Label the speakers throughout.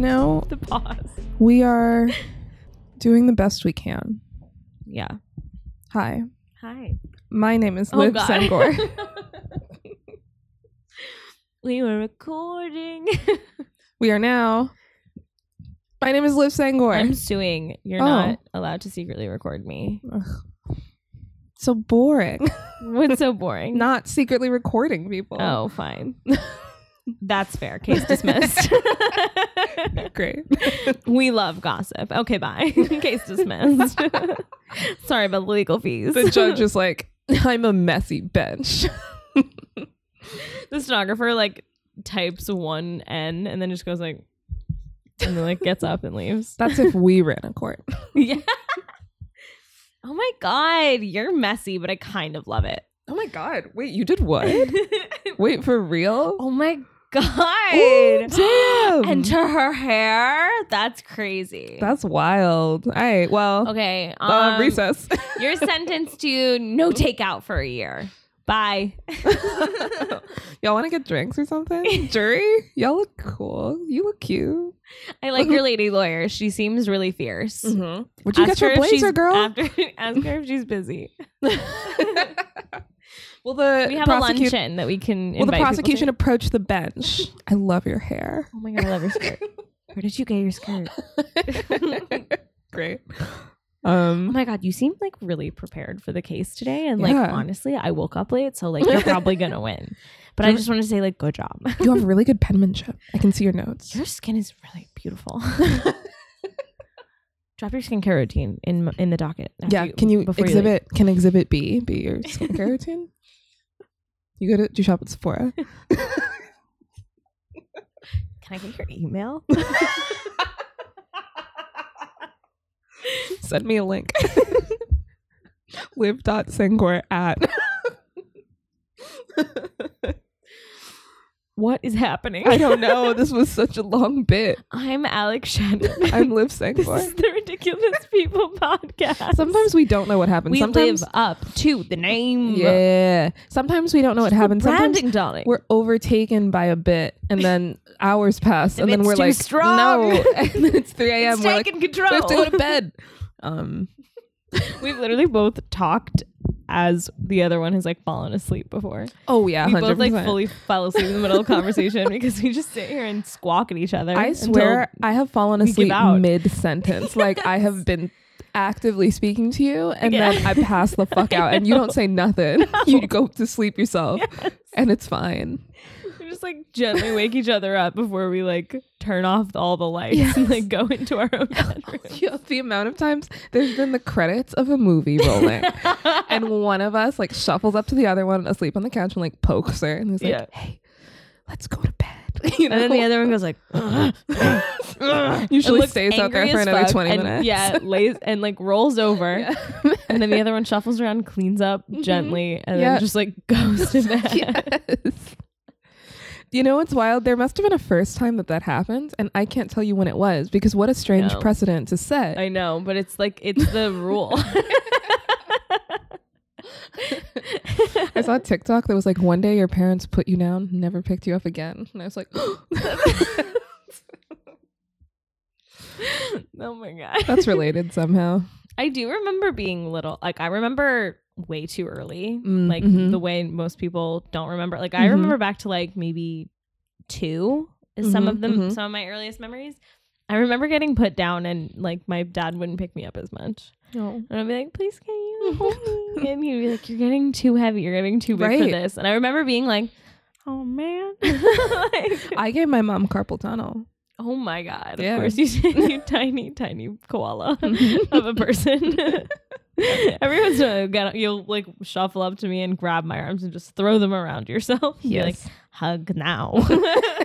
Speaker 1: know,
Speaker 2: The pause.
Speaker 1: we are doing the best we can.
Speaker 2: Yeah.
Speaker 1: Hi,
Speaker 2: Hi. Oh,
Speaker 1: my name is Liv Sengor.
Speaker 2: we were recording.
Speaker 1: We are now. My name is Liv Sengor.
Speaker 2: I'm suing. You're
Speaker 1: Oh.
Speaker 2: not allowed to secretly record me.
Speaker 1: so boring.
Speaker 2: What's so boring?
Speaker 1: Not secretly recording people.
Speaker 2: oh, fine. That's fair. Case dismissed.
Speaker 1: Great.
Speaker 2: we love gossip. Okay, bye. Case dismissed. Sorry about the legal fees.
Speaker 1: The judge is like, I'm a messy bench.
Speaker 2: the stenographer like types one N and then just goes like and then like gets up and leaves.
Speaker 1: That's if we ran a court.
Speaker 2: yeah. Oh my god, you're messy, but I kind of love it.
Speaker 1: Oh my God. Wait, you did what? Wait, for real?
Speaker 2: oh my
Speaker 1: Ooh,
Speaker 2: god.
Speaker 1: damn.
Speaker 2: and to her hair? That's crazy.
Speaker 1: That's wild. All right. Well,
Speaker 2: okay. Um,
Speaker 1: uh, recess.
Speaker 2: you're sentenced to no takeout for a year. Bye.
Speaker 1: Y'all want to get drinks or something? Jury, y'all look cool. You look cute.
Speaker 2: I like your lady lawyer. She seems really fierce.
Speaker 1: Would Mm-hmm. you
Speaker 2: Mm-hmm. Ask
Speaker 1: get your
Speaker 2: her if she's-
Speaker 1: blazer, girl?
Speaker 2: After, ask her if she's busy.
Speaker 1: well, the
Speaker 2: We have a
Speaker 1: prosecute-
Speaker 2: luncheon that we can.
Speaker 1: Well,
Speaker 2: invite
Speaker 1: the
Speaker 2: people
Speaker 1: prosecution
Speaker 2: to.
Speaker 1: approached the bench. I love your hair.
Speaker 2: Oh my god, I love your skirt. Where did you get your skirt?
Speaker 1: Great.
Speaker 2: Oh
Speaker 1: Um,
Speaker 2: my god, you seem like really prepared for the case today. And
Speaker 1: Yeah.
Speaker 2: like honestly, I woke up late, so like you're probably gonna win. But I just want to say like good job.
Speaker 1: you have really good penmanship. I can see your notes.
Speaker 2: Your skin is really beautiful. Drop your skincare routine in in the docket. after
Speaker 1: Yeah. Can you
Speaker 2: before leave.
Speaker 1: exhibit? can exhibit B be your skincare routine? You go to do you shop at Sephora.
Speaker 2: Can I get your email?
Speaker 1: Send me a link. Live.sengor at.
Speaker 2: What is happening?
Speaker 1: I don't know. This was such a long bit.
Speaker 2: I'm Alex Shannon.
Speaker 1: I'm Liv
Speaker 2: This
Speaker 1: Sengor.
Speaker 2: is the Ridiculous People podcast.
Speaker 1: Sometimes we don't know what happens.
Speaker 2: we
Speaker 1: Sometimes,
Speaker 2: live up to the name.
Speaker 1: yeah. Sometimes we don't know what happens. Sometimes
Speaker 2: Branding, darling.
Speaker 1: we're overtaken by a bit, and then hours pass, and,
Speaker 2: And
Speaker 1: then
Speaker 2: it's
Speaker 1: we're
Speaker 2: too
Speaker 1: like,
Speaker 2: strong.
Speaker 1: no, and then it's three a.m.
Speaker 2: it's
Speaker 1: We're like,
Speaker 2: taking
Speaker 1: we have to go
Speaker 2: control.
Speaker 1: to bed. Um,
Speaker 2: We've literally both talked as the other one has like fallen asleep before.
Speaker 1: oh yeah,
Speaker 2: we both
Speaker 1: hundred
Speaker 2: like
Speaker 1: percent.
Speaker 2: fully fell asleep in the middle of conversation because we just sit here and squawk at each other.
Speaker 1: I
Speaker 2: until-
Speaker 1: swear, I have fallen
Speaker 2: give
Speaker 1: asleep
Speaker 2: out.
Speaker 1: mid sentence. Like I have been actively speaking to you, and then
Speaker 2: Yeah.
Speaker 1: I pass the fuck out, and you don't say nothing. You go to sleep yourself, and it's fine.
Speaker 2: we just like gently wake each other up before we like turn off all the lights and like go into our own bedroom.
Speaker 1: Yeah, the amount of times there's been the credits of a movie rolling, and one of us like shuffles up to the other one asleep on the couch and like pokes her, and he's like,
Speaker 2: Yeah.
Speaker 1: "Hey, let's go to bed." You know,
Speaker 2: And then the other one goes like,
Speaker 1: usually
Speaker 2: looks
Speaker 1: stays out there
Speaker 2: angry
Speaker 1: for
Speaker 2: as
Speaker 1: another
Speaker 2: fuck
Speaker 1: twenty
Speaker 2: and,
Speaker 1: minutes.
Speaker 2: Yeah, lays and like rolls over, and then the other one shuffles around, cleans up gently, and
Speaker 1: Mm-hmm. Yeah.
Speaker 2: then just like goes to bed.
Speaker 1: yes. You know what's wild? There must have been a first time that that happened, and I can't tell you when it was because what a strange
Speaker 2: No.
Speaker 1: precedent to set.
Speaker 2: I know, but it's like it's the rule.
Speaker 1: I saw a TikTok that was like, one day your parents put you down, never picked you up again, and I was like,
Speaker 2: oh my god,
Speaker 1: that's related somehow.
Speaker 2: I do remember being little. Like I remember way too early,
Speaker 1: Mm,
Speaker 2: like
Speaker 1: mhm.
Speaker 2: the way most people don't remember. Like I
Speaker 1: Mhm.
Speaker 2: remember back to like maybe two is some
Speaker 1: Mhm,
Speaker 2: of them.
Speaker 1: mhm.
Speaker 2: Some of my earliest memories. I remember getting put down and like my dad wouldn't pick me up as much.
Speaker 1: No.
Speaker 2: And I'd be like, please can you hold me? And he'd be like, you're getting too heavy. You're getting too big
Speaker 1: Right.
Speaker 2: for this. And I remember being like, oh man. Like,
Speaker 1: I gave my mom carpal tunnel.
Speaker 2: oh my God. Of
Speaker 1: Yeah. Mhm.
Speaker 2: course you did. You tiny, tiny koala of a person. Every once in a while, get- you'll like shuffle up to me and grab my arms and just throw them around yourself. You're like, hug now.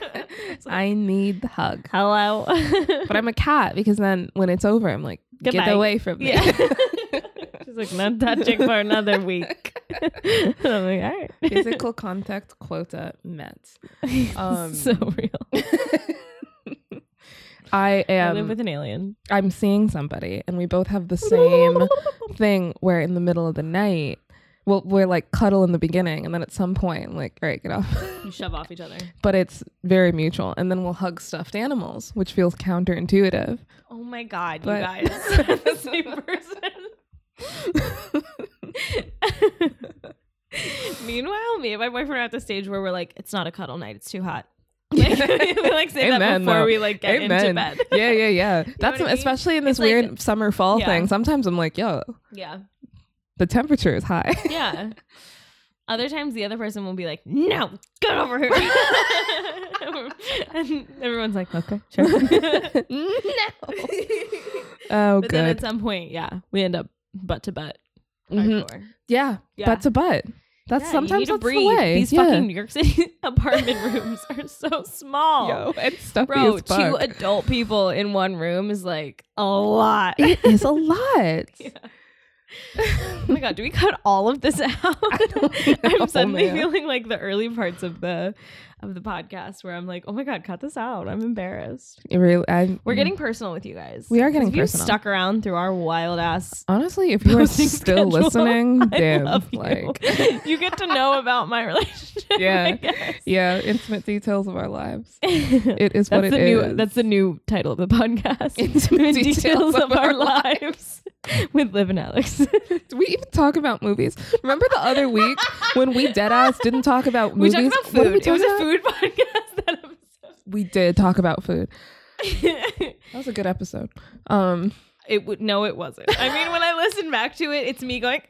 Speaker 2: It's like,
Speaker 1: I need the hug.
Speaker 2: Hello.
Speaker 1: But I'm a cat because then when it's over, I'm like, get
Speaker 2: Goodbye.
Speaker 1: away from me.
Speaker 2: yeah. She's like, not touching for another week. I'm like, all right.
Speaker 1: Physical contact quota met. Um,
Speaker 2: so real.
Speaker 1: I
Speaker 2: I live
Speaker 1: am.
Speaker 2: with an alien.
Speaker 1: I'm seeing somebody, and we both have the same thing where in the middle of the night, well, we're like cuddle in the beginning, and then at some point, like, all right, get off.
Speaker 2: You shove off each other.
Speaker 1: but it's very mutual. And then we'll hug stuffed animals, which feels counterintuitive.
Speaker 2: Oh my god,
Speaker 1: But-
Speaker 2: you guys. the same person. Meanwhile, me and my boyfriend are at the stage where we're like, it's not a cuddle night, it's too hot. Like, we like say that
Speaker 1: Amen,
Speaker 2: before
Speaker 1: though.
Speaker 2: we like get into bed.
Speaker 1: yeah, yeah, yeah. That's
Speaker 2: what I mean?
Speaker 1: especially in this
Speaker 2: It's like-
Speaker 1: weird summer fall
Speaker 2: Yeah.
Speaker 1: thing. Sometimes I'm like, yo,
Speaker 2: Yeah.
Speaker 1: the temperature is high.
Speaker 2: Yeah. Other times the other person will be like, no, get over here. and everyone's like, okay, sure. no.
Speaker 1: oh,
Speaker 2: but then at
Speaker 1: good.
Speaker 2: some point, yeah, we end up butt to butt.
Speaker 1: Mhm.
Speaker 2: Hardcore.
Speaker 1: Yeah,
Speaker 2: Yeah.
Speaker 1: butt to butt. That's
Speaker 2: Yeah, you
Speaker 1: sometimes
Speaker 2: need to
Speaker 1: that's
Speaker 2: breathe.
Speaker 1: the way.
Speaker 2: These
Speaker 1: yeah.
Speaker 2: fucking New York City apartment rooms are so small.
Speaker 1: yo, it's stuffy
Speaker 2: Bro,
Speaker 1: as
Speaker 2: two
Speaker 1: fuck.
Speaker 2: adult people in one room is like a lot.
Speaker 1: it is a lot.
Speaker 2: Yeah. oh my god, do we cut all of this out?
Speaker 1: don't know,
Speaker 2: I'm suddenly
Speaker 1: man.
Speaker 2: feeling like the early parts of the of the podcast where I'm like, oh my god, cut this out. I'm embarrassed.
Speaker 1: It really, I,
Speaker 2: We're getting personal with you guys.
Speaker 1: Mm. We are getting
Speaker 2: 'Cause if you
Speaker 1: personal.
Speaker 2: stuck around through our wild ass.
Speaker 1: honestly. If you are
Speaker 2: posting
Speaker 1: still
Speaker 2: schedule,
Speaker 1: listening,
Speaker 2: I
Speaker 1: damn,
Speaker 2: love you.
Speaker 1: like,
Speaker 2: you get to know about my relationship.
Speaker 1: Yeah.
Speaker 2: I guess.
Speaker 1: yeah, intimate details of our lives. It is what
Speaker 2: That's
Speaker 1: it
Speaker 2: the
Speaker 1: is.
Speaker 2: new. That's the new title of the podcast.
Speaker 1: Intimate
Speaker 2: details,
Speaker 1: details
Speaker 2: of, our lives, with Liv and Alex.
Speaker 1: Do we even talk about movies? Remember the other week when we dead ass didn't talk about
Speaker 2: we
Speaker 1: movies?
Speaker 2: talked about
Speaker 1: What did we
Speaker 2: food. It
Speaker 1: talk
Speaker 2: was a
Speaker 1: about?
Speaker 2: food podcast that episode.
Speaker 1: We did talk about food. That was a good episode. Um,
Speaker 2: it would no, it wasn't. I mean, when I listen back to it, it's me going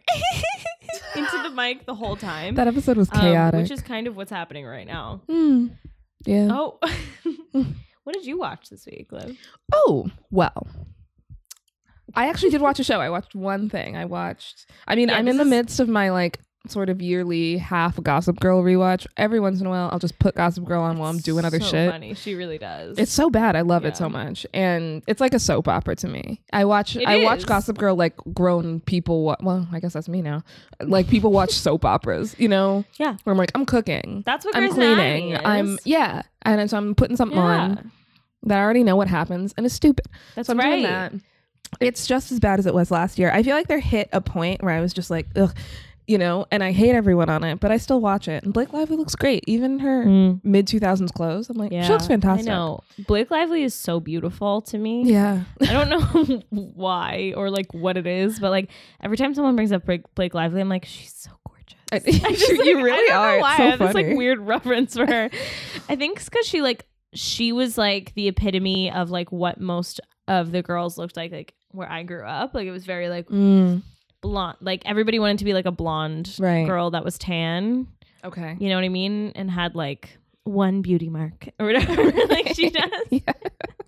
Speaker 2: into the mic the whole time.
Speaker 1: that episode was
Speaker 2: um,
Speaker 1: chaotic.
Speaker 2: which is kind of what's happening right now.
Speaker 1: Hmm. yeah.
Speaker 2: Oh,
Speaker 1: Mm.
Speaker 2: what did you watch this week, Liv?
Speaker 1: Oh, well. I actually did watch a show. I watched one thing. I watched. I mean,
Speaker 2: Yeah,
Speaker 1: I'm
Speaker 2: this
Speaker 1: in the
Speaker 2: is-
Speaker 1: midst of my like sort of yearly half Gossip Girl rewatch. Every once in a while, I'll just put Gossip Girl on while I'm doing other
Speaker 2: so
Speaker 1: shit.
Speaker 2: Funny, she really does.
Speaker 1: It's so bad. I love
Speaker 2: Yeah.
Speaker 1: it so much, and it's like a soap opera to me. I watch.
Speaker 2: It
Speaker 1: I
Speaker 2: is.
Speaker 1: watch Gossip Girl like grown people. Wa- well, I guess that's me now. Like people watch soap operas. You know.
Speaker 2: Yeah.
Speaker 1: Where I'm like, I'm cooking.
Speaker 2: that's what
Speaker 1: I'm
Speaker 2: Grey's
Speaker 1: cleaning.
Speaker 2: Anatomy
Speaker 1: I'm e-
Speaker 2: is.
Speaker 1: yeah, and so I'm putting something
Speaker 2: yeah.
Speaker 1: on that I already know what happens and it's stupid.
Speaker 2: That's
Speaker 1: So I'm
Speaker 2: right.
Speaker 1: doing that. It's just as bad as it was last year. I feel like there hit a point where I was just like, ugh, you know, and I hate everyone on it, but I still watch it. And Blake Lively looks great, even in her
Speaker 2: Mm.
Speaker 1: mid 2000s clothes. I'm like, she looks fantastic.
Speaker 2: I know. Blake Lively is so beautiful to me.
Speaker 1: Yeah,
Speaker 2: I don't know why or like what it is, but like every time someone brings up Blake, Blake Lively, I'm like, she's so gorgeous.
Speaker 1: I-
Speaker 2: I just,
Speaker 1: you
Speaker 2: like, I
Speaker 1: really
Speaker 2: don't
Speaker 1: are.
Speaker 2: Know
Speaker 1: It's
Speaker 2: why.
Speaker 1: so
Speaker 2: I have this
Speaker 1: funny.
Speaker 2: like weird reference for her. I think it's because she like she was like the epitome of like what most of the girls looked like like where I grew up. Like it was very like
Speaker 1: Mm,
Speaker 2: blonde. Like everybody wanted to be like a blonde
Speaker 1: Right.
Speaker 2: girl that was tan.
Speaker 1: okay.
Speaker 2: You know what I mean? And had like one beauty mark or whatever, like she does.
Speaker 1: Yeah.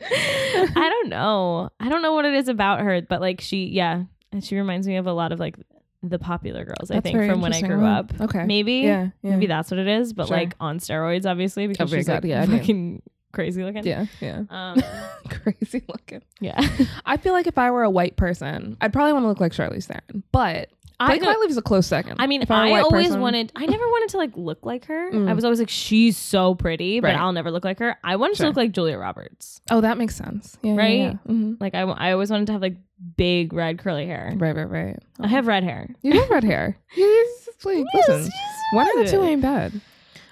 Speaker 2: I don't know. I don't know what it is about her, but like she, yeah, and she reminds me of a lot of like the popular girls. I
Speaker 1: That's
Speaker 2: think
Speaker 1: very
Speaker 2: from when I
Speaker 1: interesting.
Speaker 2: grew
Speaker 1: Oh,
Speaker 2: up.
Speaker 1: Okay.
Speaker 2: Maybe,
Speaker 1: Yeah. Yeah.
Speaker 2: maybe that's what it is. But
Speaker 1: Sure.
Speaker 2: like on steroids, obviously, because
Speaker 1: Oh my
Speaker 2: she's
Speaker 1: God,
Speaker 2: like
Speaker 1: yeah, I mean-
Speaker 2: fucking crazy looking.
Speaker 1: yeah. Yeah.
Speaker 2: Um,
Speaker 1: Crazy looking.
Speaker 2: yeah.
Speaker 1: I feel like if I were a white person, I'd probably want to look like Charlize Theron, but
Speaker 2: I,
Speaker 1: Blake
Speaker 2: know-
Speaker 1: Lively's a close second.
Speaker 2: I mean,
Speaker 1: If were a
Speaker 2: I
Speaker 1: white
Speaker 2: always
Speaker 1: person-
Speaker 2: wanted. I never wanted to like look like her.
Speaker 1: Mm.
Speaker 2: I was always like, she's so pretty, but
Speaker 1: Right.
Speaker 2: I'll never look like her. I wanted
Speaker 1: Sure.
Speaker 2: to look like Julia Roberts.
Speaker 1: Oh, that makes sense. Yeah. yeah,
Speaker 2: Right?
Speaker 1: yeah. Mhm.
Speaker 2: Like I, I always wanted to have like big red curly hair.
Speaker 1: Right. Right. Right.
Speaker 2: I have red hair.
Speaker 1: You have red hair. You just, like, listen, one of the two ain't bad.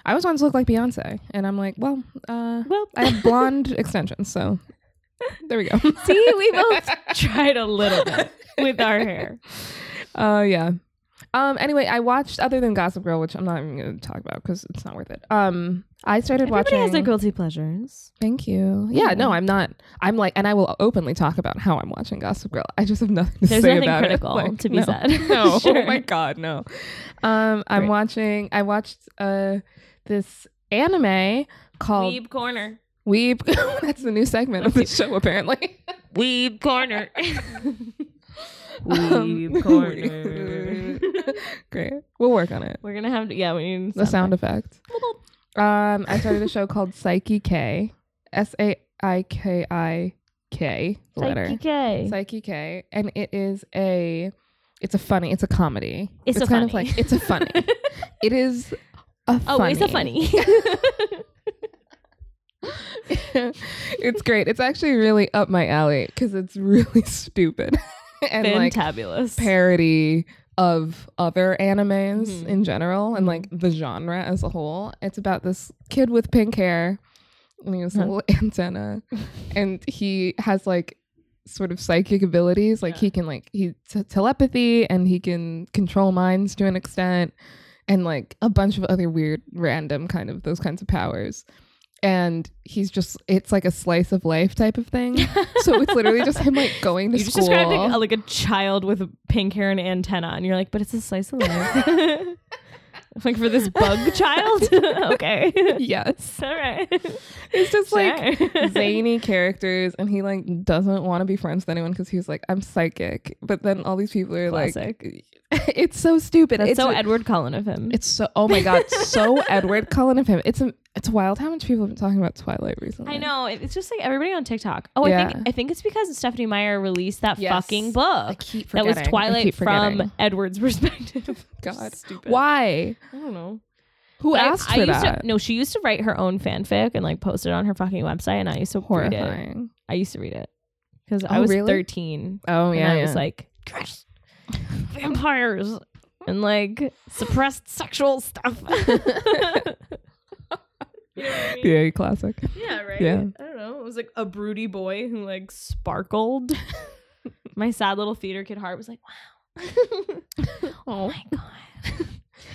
Speaker 1: I always wanted to look like Beyonce, and I'm like, well, uh,
Speaker 2: Well,
Speaker 1: I have blonde extensions, so there we go.
Speaker 2: See, we both tried a little bit with our hair.
Speaker 1: Uh, yeah. Um. Anyway, I watched other than Gossip Girl, which I'm not even going to talk about because it's not worth it. Um. I started
Speaker 2: Everybody
Speaker 1: watching.
Speaker 2: has their guilty pleasures.
Speaker 1: Thank you. Yeah. No, I'm not. I'm like, and I will openly talk about how I'm watching Gossip Girl. I just have nothing to
Speaker 2: There's
Speaker 1: say
Speaker 2: nothing
Speaker 1: about it.
Speaker 2: critical
Speaker 1: Like,
Speaker 2: to be
Speaker 1: no.
Speaker 2: said.
Speaker 1: no
Speaker 2: Sure.
Speaker 1: oh my god no um i'm
Speaker 2: Great.
Speaker 1: watching i watched uh this anime called
Speaker 2: Weeb corner.
Speaker 1: weeb, that's the new segment of the show apparently
Speaker 2: Weeb corner.
Speaker 1: Um,
Speaker 2: Weeb corner.
Speaker 1: great we'll work on it
Speaker 2: We're gonna have to. Yeah, we need
Speaker 1: the sound effect um i started a show called psyche k s-a-i-k-i-k the letter
Speaker 2: Psyche K.
Speaker 1: Psyche K, and it is a it's a funny, it's a comedy.
Speaker 2: It's a
Speaker 1: kind of
Speaker 2: funny.
Speaker 1: like it's a funny. it is a
Speaker 2: Oh,
Speaker 1: funny.
Speaker 2: it's a funny.
Speaker 1: it's great. It's actually really up my alley because it's really stupid and like
Speaker 2: Fantabulous.
Speaker 1: parody of other animes
Speaker 2: Mhm.
Speaker 1: in general and like the genre as a whole. It's about this kid with pink hair and he has a
Speaker 2: Huh.
Speaker 1: little antenna and he has like sort of psychic abilities. Like
Speaker 2: Yeah.
Speaker 1: he can like he t- telepathy and he can control minds to an extent and like a bunch of other weird random kind of those kinds of powers. And he's just it's like a slice of life type of thing. so it's literally just him like going to
Speaker 2: You just
Speaker 1: school.
Speaker 2: described like, a- like a child with pink hair and antenna, and you're like, but it's a slice of life. like for this bug child? okay.
Speaker 1: yes.
Speaker 2: All right.
Speaker 1: It's just like
Speaker 2: Sure.
Speaker 1: zany characters and he like doesn't want to be friends with anyone because he's like i'm psychic but then all these people are
Speaker 2: Classic.
Speaker 1: like it's so stupid
Speaker 2: That's
Speaker 1: it's
Speaker 2: so
Speaker 1: like-
Speaker 2: Edward Cullen of him.
Speaker 1: it's so oh my god so edward cullen of him it's a, it's wild how much people have been talking about twilight recently
Speaker 2: I know. It- It's just like everybody on TikTok. Oh, I
Speaker 1: Yeah.
Speaker 2: think I think it's because Stephanie Meyer released that
Speaker 1: Yes.
Speaker 2: fucking
Speaker 1: i
Speaker 2: book.
Speaker 1: keep
Speaker 2: That was
Speaker 1: forgetting. I
Speaker 2: Twilight
Speaker 1: keep
Speaker 2: from
Speaker 1: forgetting.
Speaker 2: Edward's perspective.
Speaker 1: god
Speaker 2: Stupid.
Speaker 1: why
Speaker 2: I don't know.
Speaker 1: who
Speaker 2: But I-
Speaker 1: asked
Speaker 2: I,
Speaker 1: for
Speaker 2: used
Speaker 1: that
Speaker 2: To, no, she used to write her own fanfic and like post it on her fucking website, and I used to read it.
Speaker 1: horrifying
Speaker 2: I used to read it because
Speaker 1: Oh,
Speaker 2: I was
Speaker 1: really?
Speaker 2: 13.
Speaker 1: oh
Speaker 2: and
Speaker 1: yeah,
Speaker 2: I
Speaker 1: yeah.
Speaker 2: was like, "Yes, vampires and like suppressed sexual stuff. You know what I mean?
Speaker 1: yeah classic
Speaker 2: Yeah, right.
Speaker 1: Yeah.
Speaker 2: I don't know. It was like a broody boy who like sparkled. My sad little theater kid heart was like, wow. oh my god.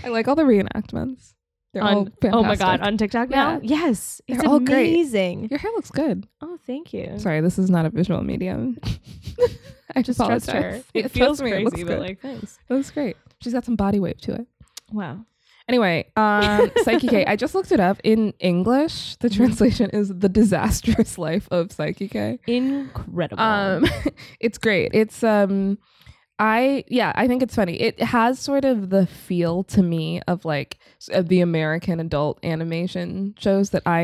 Speaker 1: i like all the reenactments they're all
Speaker 2: On,
Speaker 1: fantastic.
Speaker 2: oh my god, on TikTok now?
Speaker 1: Yeah.
Speaker 2: Yes. It's
Speaker 1: They're all great.
Speaker 2: amazing.
Speaker 1: your hair looks good
Speaker 2: Oh, thank you.
Speaker 1: Sorry, this is not a visual medium. I just
Speaker 2: Trust
Speaker 1: apologize.
Speaker 2: her.
Speaker 1: Yeah,
Speaker 2: It feels
Speaker 1: trust me,
Speaker 2: crazy,
Speaker 1: looks
Speaker 2: but
Speaker 1: good.
Speaker 2: like thanks.
Speaker 1: it looks great. She's got some body wave to it.
Speaker 2: Wow.
Speaker 1: Anyway, um, Psyche K. I just looked it up in English. The translation is "The Disastrous Life of Psyche K."
Speaker 2: Incredible.
Speaker 1: Um, it's great. It's um, I yeah, I think it's funny. It has sort of the feel to me of like s- of the American adult animation shows that I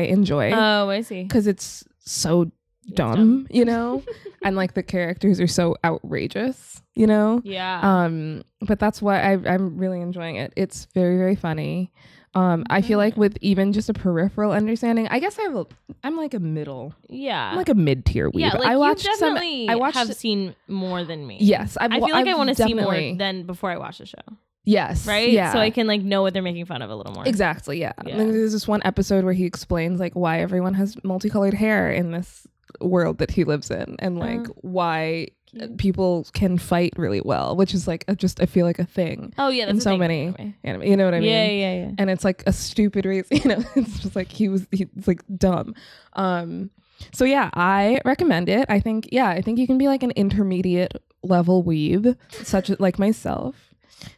Speaker 1: enjoy
Speaker 2: oh, I see.
Speaker 1: because it's so
Speaker 2: It's
Speaker 1: dumb, you know, and like the characters are so outrageous, you know.
Speaker 2: Yeah.
Speaker 1: Um, but that's why I, I'm really enjoying it. It's very very funny. Um, I feel like with even just a peripheral understanding, I guess I have a, I'm like a middle,
Speaker 2: yeah.
Speaker 1: I'm like a mid tier weeb.
Speaker 2: yeah, like
Speaker 1: I watched
Speaker 2: you
Speaker 1: some.
Speaker 2: definitely
Speaker 1: I watched-
Speaker 2: have seen more than me.
Speaker 1: Yes, I've,
Speaker 2: I feel like i
Speaker 1: I've
Speaker 2: want to see more
Speaker 1: definitely-
Speaker 2: than before I watch the show.
Speaker 1: yes,
Speaker 2: Right?
Speaker 1: Yeah,
Speaker 2: So I can like know what they're making fun of a little more.
Speaker 1: exactly. Yeah,
Speaker 2: Yeah.
Speaker 1: Like, there's this one episode where he explains like why everyone has multicolored hair in this world that he lives in, and like why
Speaker 2: Uh-huh.
Speaker 1: uh,
Speaker 2: Cute.
Speaker 1: people can fight really well, which is like a, just I feel like a thing
Speaker 2: Oh yeah, that's
Speaker 1: in
Speaker 2: a
Speaker 1: so
Speaker 2: thing.
Speaker 1: many
Speaker 2: Anyway.
Speaker 1: anime. You know what I mean?
Speaker 2: yeah, yeah, yeah.
Speaker 1: And it's like a stupid reason. You know, it's just like he was he's like dumb. Um, so yeah, I recommend it. I think yeah, I think you can be like an intermediate level weeb, such as like myself.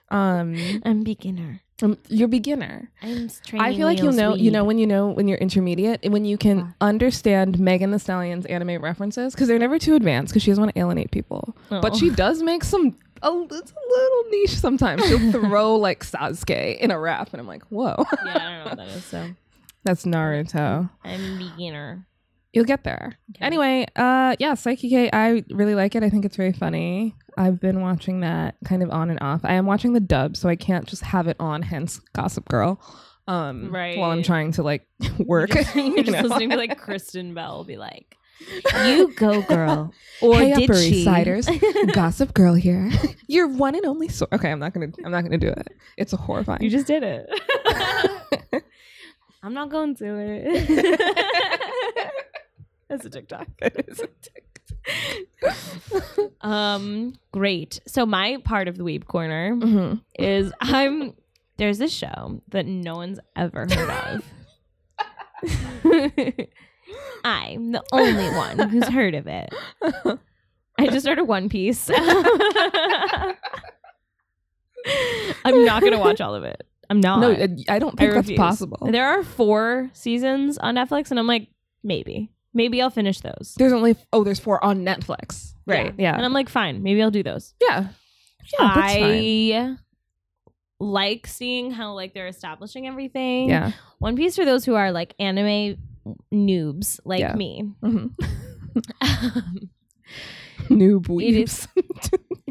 Speaker 1: Um,
Speaker 2: I'm beginner.
Speaker 1: um, you're beginner.
Speaker 2: I'm training.
Speaker 1: I feel like you'll
Speaker 2: wheels
Speaker 1: know, you know,
Speaker 2: weed.
Speaker 1: when you know when you're intermediate, and when you can
Speaker 2: Ah.
Speaker 1: understand Megan the Stallion's anime references, because they're never too advanced, because she doesn't want to alienate people. But
Speaker 2: Oh.
Speaker 1: she does make some a, li- it's a little niche sometimes. She'll throw like Sasuke in a rap, and I'm like, whoa,
Speaker 2: yeah, I don't know what that is. So
Speaker 1: that's Naruto.
Speaker 2: I'm beginner.
Speaker 1: You'll get there.
Speaker 2: Okay.
Speaker 1: Anyway, uh, yeah, Psyche K, I really like it. I think it's very funny. I've been watching that kind of on and off. I am watching the dub, so I can't just have it on. Hence, Gossip Girl. Um, While I'm
Speaker 2: Right.
Speaker 1: trying to like work,
Speaker 2: You're just, you're
Speaker 1: you
Speaker 2: just
Speaker 1: know?
Speaker 2: listening to like Kristen Bell be like, "You go, girl." Or
Speaker 1: hey,
Speaker 2: did
Speaker 1: Upper East
Speaker 2: she?
Speaker 1: Siders, Gossip Girl here. Your one and only source. Okay, I'm not gonna. I'm not gonna do it. It's a horrifying.
Speaker 2: You just did it. I'm not going to it. That's a TikTok. Um, great. So my part of the weeb corner
Speaker 1: hmm
Speaker 2: is I'm there's this show that no one's ever heard of. I'm the only one who's heard of it. I just started One Piece. I'm not gonna watch all of it. I'm not.
Speaker 1: No, I I don't think that's
Speaker 2: refuse.
Speaker 1: possible.
Speaker 2: There are four seasons on Netflix, and I'm like, maybe, maybe I'll finish those.
Speaker 1: There's only oh, there's four on Netflix.
Speaker 2: And
Speaker 1: Yeah.
Speaker 2: I'm like, fine, maybe I'll do those.
Speaker 1: Yeah. Yeah. That's fine.
Speaker 2: I like seeing how like they're establishing everything.
Speaker 1: Yeah.
Speaker 2: One Piece for those who are like anime noobs like
Speaker 1: Yeah.
Speaker 2: me.
Speaker 1: hmm Noob
Speaker 2: It
Speaker 1: weeps.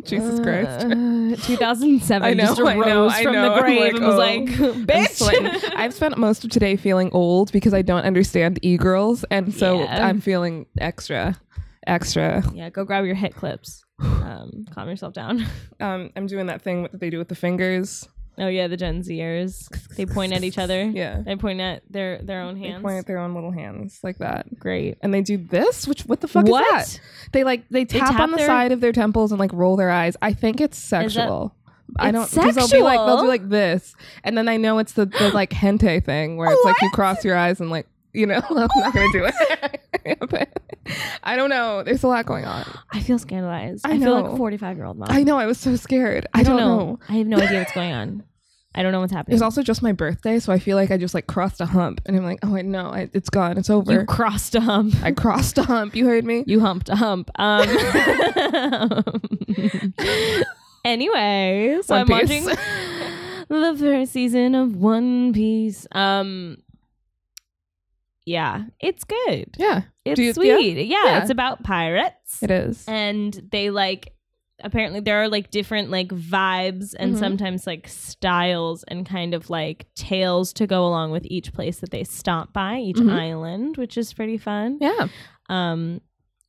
Speaker 1: Jesus Christ.
Speaker 2: Uh, 2007
Speaker 1: I know,
Speaker 2: just
Speaker 1: I
Speaker 2: arose
Speaker 1: know, I
Speaker 2: from
Speaker 1: know.
Speaker 2: the
Speaker 1: I'm
Speaker 2: grave and was
Speaker 1: like, oh.
Speaker 2: like,
Speaker 1: I'm sweating.
Speaker 2: bitch.
Speaker 1: I've spent most of today feeling old because I don't understand e girls, and so
Speaker 2: Yeah.
Speaker 1: I'm feeling extra, extra.
Speaker 2: yeah, go grab your hit clips. um, calm yourself down.
Speaker 1: Um, I'm doing that thing that they do with the fingers.
Speaker 2: Oh yeah, the Gen Zers. They point at each other.
Speaker 1: Yeah.
Speaker 2: They point at their their own hands.
Speaker 1: They point at their own little hands like that.
Speaker 2: Great.
Speaker 1: And they do this, which what the fuck is
Speaker 2: What?
Speaker 1: that? They like they tap,
Speaker 2: tap
Speaker 1: on the
Speaker 2: their-
Speaker 1: side of their temples and like roll their eyes. I think it's
Speaker 2: Is that-
Speaker 1: sexual. I don't
Speaker 2: It's
Speaker 1: because they'll be like they'll do
Speaker 2: sexual?
Speaker 1: like this. And then I know it's the, the like hente thing where it's like you
Speaker 2: What?
Speaker 1: cross your eyes and like you know, I'm not gonna do it. But I don't know. There's a lot going on.
Speaker 2: I feel scandalized.
Speaker 1: I
Speaker 2: I, feel like
Speaker 1: know.
Speaker 2: a forty five year old mom.
Speaker 1: I know. I was so scared. I, don't know.
Speaker 2: I have no idea what's going on. I don't know what's happening.
Speaker 1: It's also just my birthday, so I feel like I just like crossed a hump, and I'm like, oh, I know, I, it's gone, it's over.
Speaker 2: you crossed a hump.
Speaker 1: I crossed a hump. You heard me.
Speaker 2: You humped a hump. Um, anyway, so
Speaker 1: One
Speaker 2: I'm
Speaker 1: Piece.
Speaker 2: watching the first season of One Piece. Um, yeah, it's good.
Speaker 1: Yeah,
Speaker 2: It's
Speaker 1: Do you- yeah?
Speaker 2: sweet. Yeah,
Speaker 1: Yeah.
Speaker 2: it's about pirates,
Speaker 1: it is.
Speaker 2: and they like. Apparently, there are like different like vibes and
Speaker 1: Mhm.
Speaker 2: sometimes like styles and kind of like tales to go along with each place that they stop by, each
Speaker 1: Mhm.
Speaker 2: island, which is pretty fun.
Speaker 1: Yeah,
Speaker 2: Um,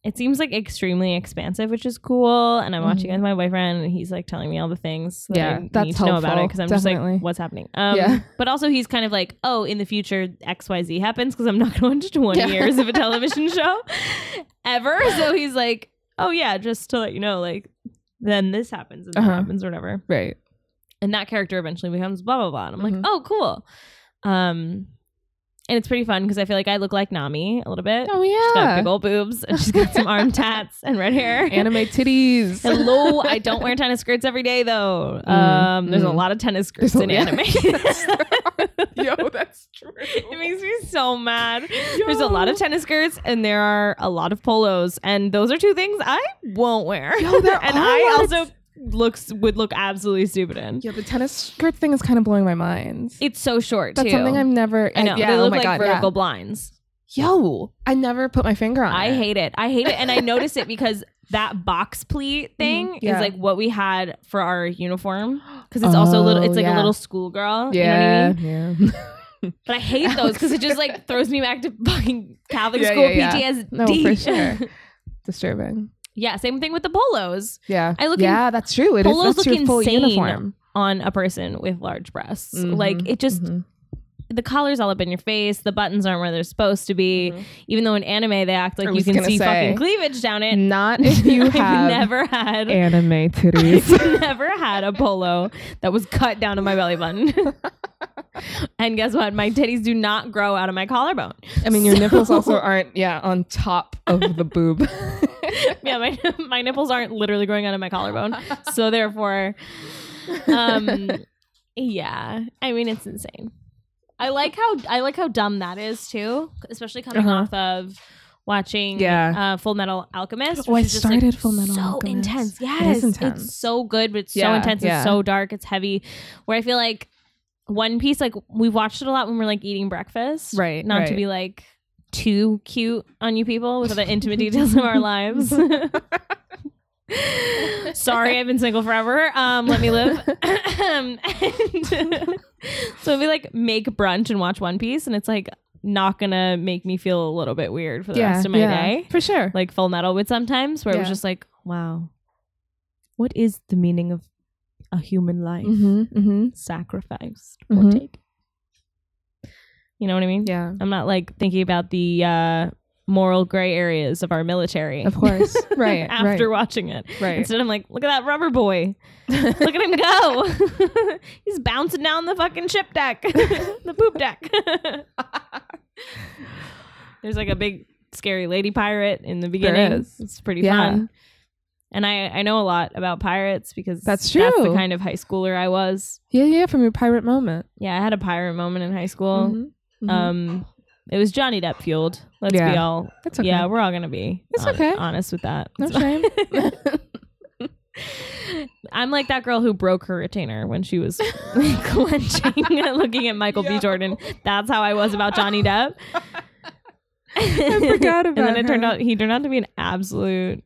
Speaker 2: it seems like extremely expansive, which is cool. And I'm watching
Speaker 1: Mhm.
Speaker 2: it with my boyfriend, and he's like telling me all the things that
Speaker 1: Yeah,
Speaker 2: I
Speaker 1: that's
Speaker 2: need to know about it
Speaker 1: helpful,
Speaker 2: because I'm just
Speaker 1: definitely.
Speaker 2: like, what's happening? Um,
Speaker 1: Yeah.
Speaker 2: But also, he's kind of like, oh, in the future, X Y Z happens because I'm not going to watch 20
Speaker 1: Yeah.
Speaker 2: years of a television show ever. So he's like, oh yeah, just to let you know, like then this happens and that
Speaker 1: Uh-huh.
Speaker 2: happens or whatever.
Speaker 1: right.
Speaker 2: And that character eventually becomes blah blah blah. And I'm
Speaker 1: Mhm.
Speaker 2: like, oh cool. Um, and it's pretty fun because I feel like I look like Nami a little bit.
Speaker 1: Oh
Speaker 2: She's got
Speaker 1: yeah,
Speaker 2: big old boobs and she's got some arm tats and red hair.
Speaker 1: anime titties.
Speaker 2: Hello, I don't wear tennis skirts every day though.
Speaker 1: Mm,
Speaker 2: um, there's a
Speaker 1: mm.
Speaker 2: lot of tennis skirts
Speaker 1: There's a
Speaker 2: in
Speaker 1: lot.
Speaker 2: anime.
Speaker 1: Yes, there
Speaker 2: it
Speaker 1: Yo, that's true.
Speaker 2: makes me so mad.
Speaker 1: Yo.
Speaker 2: There's a lot of tennis skirts and there are a lot of polos, and those are two things I won't wear.
Speaker 1: Yo, there
Speaker 2: and
Speaker 1: are
Speaker 2: I
Speaker 1: lots.
Speaker 2: also looks would look absolutely stupid in.
Speaker 1: Yo, the tennis skirt thing is kind of blowing my mind.
Speaker 2: It's so short
Speaker 1: That's
Speaker 2: too.
Speaker 1: something I'm never.
Speaker 2: I know.
Speaker 1: Yeah.
Speaker 2: they
Speaker 1: oh
Speaker 2: look
Speaker 1: my
Speaker 2: like
Speaker 1: god.
Speaker 2: vertical blinds.
Speaker 1: Yeah. Yo, I never put my finger on.
Speaker 2: I
Speaker 1: it.
Speaker 2: hate it. I hate it. And I notice it because that box pleat thing
Speaker 1: Mm-hmm. Yeah.
Speaker 2: is like what we had for our uniform. Because it's also a little,
Speaker 1: Oh,
Speaker 2: it's like
Speaker 1: yeah.
Speaker 2: a little schoolgirl. You know what I
Speaker 1: Yeah.
Speaker 2: mean?
Speaker 1: yeah.
Speaker 2: But I hate those because it just like throws me back to fucking Catholic
Speaker 1: Yeah,
Speaker 2: school
Speaker 1: yeah, yeah.
Speaker 2: PTSD.
Speaker 1: No, for sure. Disturbing.
Speaker 2: yeah. Same thing with the polos
Speaker 1: Yeah.
Speaker 2: I look in-
Speaker 1: Yeah, that's true. It is
Speaker 2: polos
Speaker 1: that's
Speaker 2: look
Speaker 1: your full
Speaker 2: insane.
Speaker 1: uniform.
Speaker 2: on a person with large breasts.
Speaker 1: Mhm,
Speaker 2: Like it just,
Speaker 1: Mhm.
Speaker 2: the collar's all up in your face. The buttons aren't where they're supposed to be.
Speaker 1: Mhm.
Speaker 2: Even though in anime they act
Speaker 1: I
Speaker 2: like you
Speaker 1: was
Speaker 2: can
Speaker 1: gonna
Speaker 2: see
Speaker 1: say.
Speaker 2: fucking cleavage down it.
Speaker 1: Not if you
Speaker 2: I've
Speaker 1: have
Speaker 2: never had
Speaker 1: anime titties.
Speaker 2: I've never had a polo that was cut down to my belly button. and guess what? My titties do not grow out of my collarbone.
Speaker 1: I mean, your nipples also aren't, yeah, on top of the boob.
Speaker 2: Yeah, my my nipples aren't literally growing out of my collarbone. So therefore, um, yeah. I mean, it's insane. I like how I like how dumb that is too, especially coming
Speaker 1: Uh-huh.
Speaker 2: off of watching
Speaker 1: Yeah.
Speaker 2: uh, Full Metal Alchemist.
Speaker 1: Oh, I
Speaker 2: which is just, like,
Speaker 1: started Full Metal
Speaker 2: so
Speaker 1: Alchemist.
Speaker 2: intense.
Speaker 1: It is
Speaker 2: Yes,
Speaker 1: intense.
Speaker 2: it's so good, but it's so
Speaker 1: Yeah,
Speaker 2: intense.
Speaker 1: yeah.
Speaker 2: It's so dark. It's heavy. Where I feel like One Piece, like we watched it a lot when we we're like eating breakfast,
Speaker 1: Right,
Speaker 2: Not to
Speaker 1: right.
Speaker 2: be like too cute on you people with the intimate details of our lives. Sorry, I've been single forever. Um, let me live. and, so we like make brunch and watch One Piece, and it's like not gonna make me feel a little bit weird for the rest of my day,
Speaker 1: For sure.
Speaker 2: like Full Metal would sometimes, where it was
Speaker 1: Yeah.
Speaker 2: just like, wow, what is the meaning of a human life
Speaker 1: hmm hmm
Speaker 2: sacrificed or
Speaker 1: Mhm.
Speaker 2: taken? You know what I mean?
Speaker 1: Yeah.
Speaker 2: I'm not like thinking about the uh, moral gray areas of our military.
Speaker 1: Of course. Right.
Speaker 2: After
Speaker 1: right.
Speaker 2: watching it,
Speaker 1: Right.
Speaker 2: instead I'm like, look at that rubber boy. Look at him go. He's bouncing down the fucking ship deck, the poop deck. There's like a big scary lady pirate in the beginning.
Speaker 1: is.
Speaker 2: It's pretty
Speaker 1: Yeah.
Speaker 2: fun. And I, I know a lot about pirates because
Speaker 1: That's
Speaker 2: That's the
Speaker 1: true.
Speaker 2: kind of high schooler I was.
Speaker 1: yeah, yeah, from your pirate moment.
Speaker 2: Yeah, I had a pirate moment in high school.
Speaker 1: Mhm, mhm.
Speaker 2: Um, it was Johnny Depp fueled. Let's be
Speaker 1: Yeah.
Speaker 2: all.
Speaker 1: That's okay.
Speaker 2: Yeah, we're all gonna be.
Speaker 1: It's
Speaker 2: hon-
Speaker 1: okay.
Speaker 2: Honest with that.
Speaker 1: no
Speaker 2: So-
Speaker 1: shame.
Speaker 2: I'm like that girl who broke her retainer when she was clenching, looking at Michael B.
Speaker 1: Yo.
Speaker 2: Jordan. That's how I was about Johnny Depp. I
Speaker 1: forgot
Speaker 2: and then
Speaker 1: about
Speaker 2: it turned
Speaker 1: her.
Speaker 2: out he turned out to be an absolute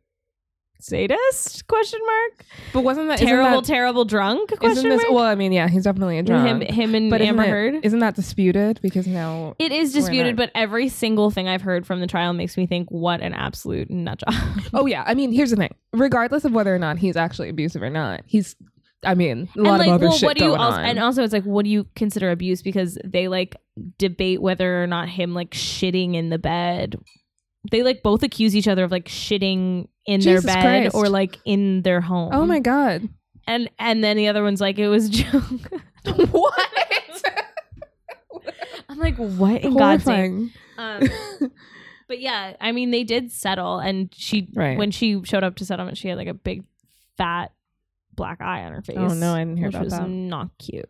Speaker 2: sadist? Question mark.
Speaker 1: But wasn't that Uh, isn't
Speaker 2: Terrible,
Speaker 1: that-
Speaker 2: terrible drunk?
Speaker 1: Isn't
Speaker 2: Question
Speaker 1: this?
Speaker 2: mark.
Speaker 1: Well, I mean, yeah, he's definitely a drunk.
Speaker 2: Him, him, and
Speaker 1: but isn't
Speaker 2: Amber
Speaker 1: it-
Speaker 2: Heard.
Speaker 1: isn't that disputed? Because now
Speaker 2: It is
Speaker 1: We're
Speaker 2: disputed,
Speaker 1: not-
Speaker 2: but every single thing I've heard from the trial makes me think, what an absolute nut job.
Speaker 1: Oh yeah, I mean, here's the thing. Regardless of whether or not he's actually abusive or not, he's. I mean, a lot
Speaker 2: and like,
Speaker 1: of other
Speaker 2: well,
Speaker 1: shit
Speaker 2: what do you
Speaker 1: going
Speaker 2: also,
Speaker 1: on.
Speaker 2: and um, also it's like, what do you consider abuse? Because they like debate whether or not him like shitting in the bed. They like both accuse each other of like shitting in
Speaker 1: Jesus
Speaker 2: their bed
Speaker 1: Christ.
Speaker 2: or like in their home.
Speaker 1: oh my god,
Speaker 2: And and then the other one's like, it was a joke.
Speaker 1: what?
Speaker 2: I'm like, what in God's name?
Speaker 1: Horrifying.
Speaker 2: Um, but yeah, I mean, they did settle, and she
Speaker 1: Right.
Speaker 2: when she showed up to settlement, she had like a big fat black eye on her face.
Speaker 1: Oh no, I didn't hear
Speaker 2: which
Speaker 1: about
Speaker 2: was
Speaker 1: that.
Speaker 2: not cute.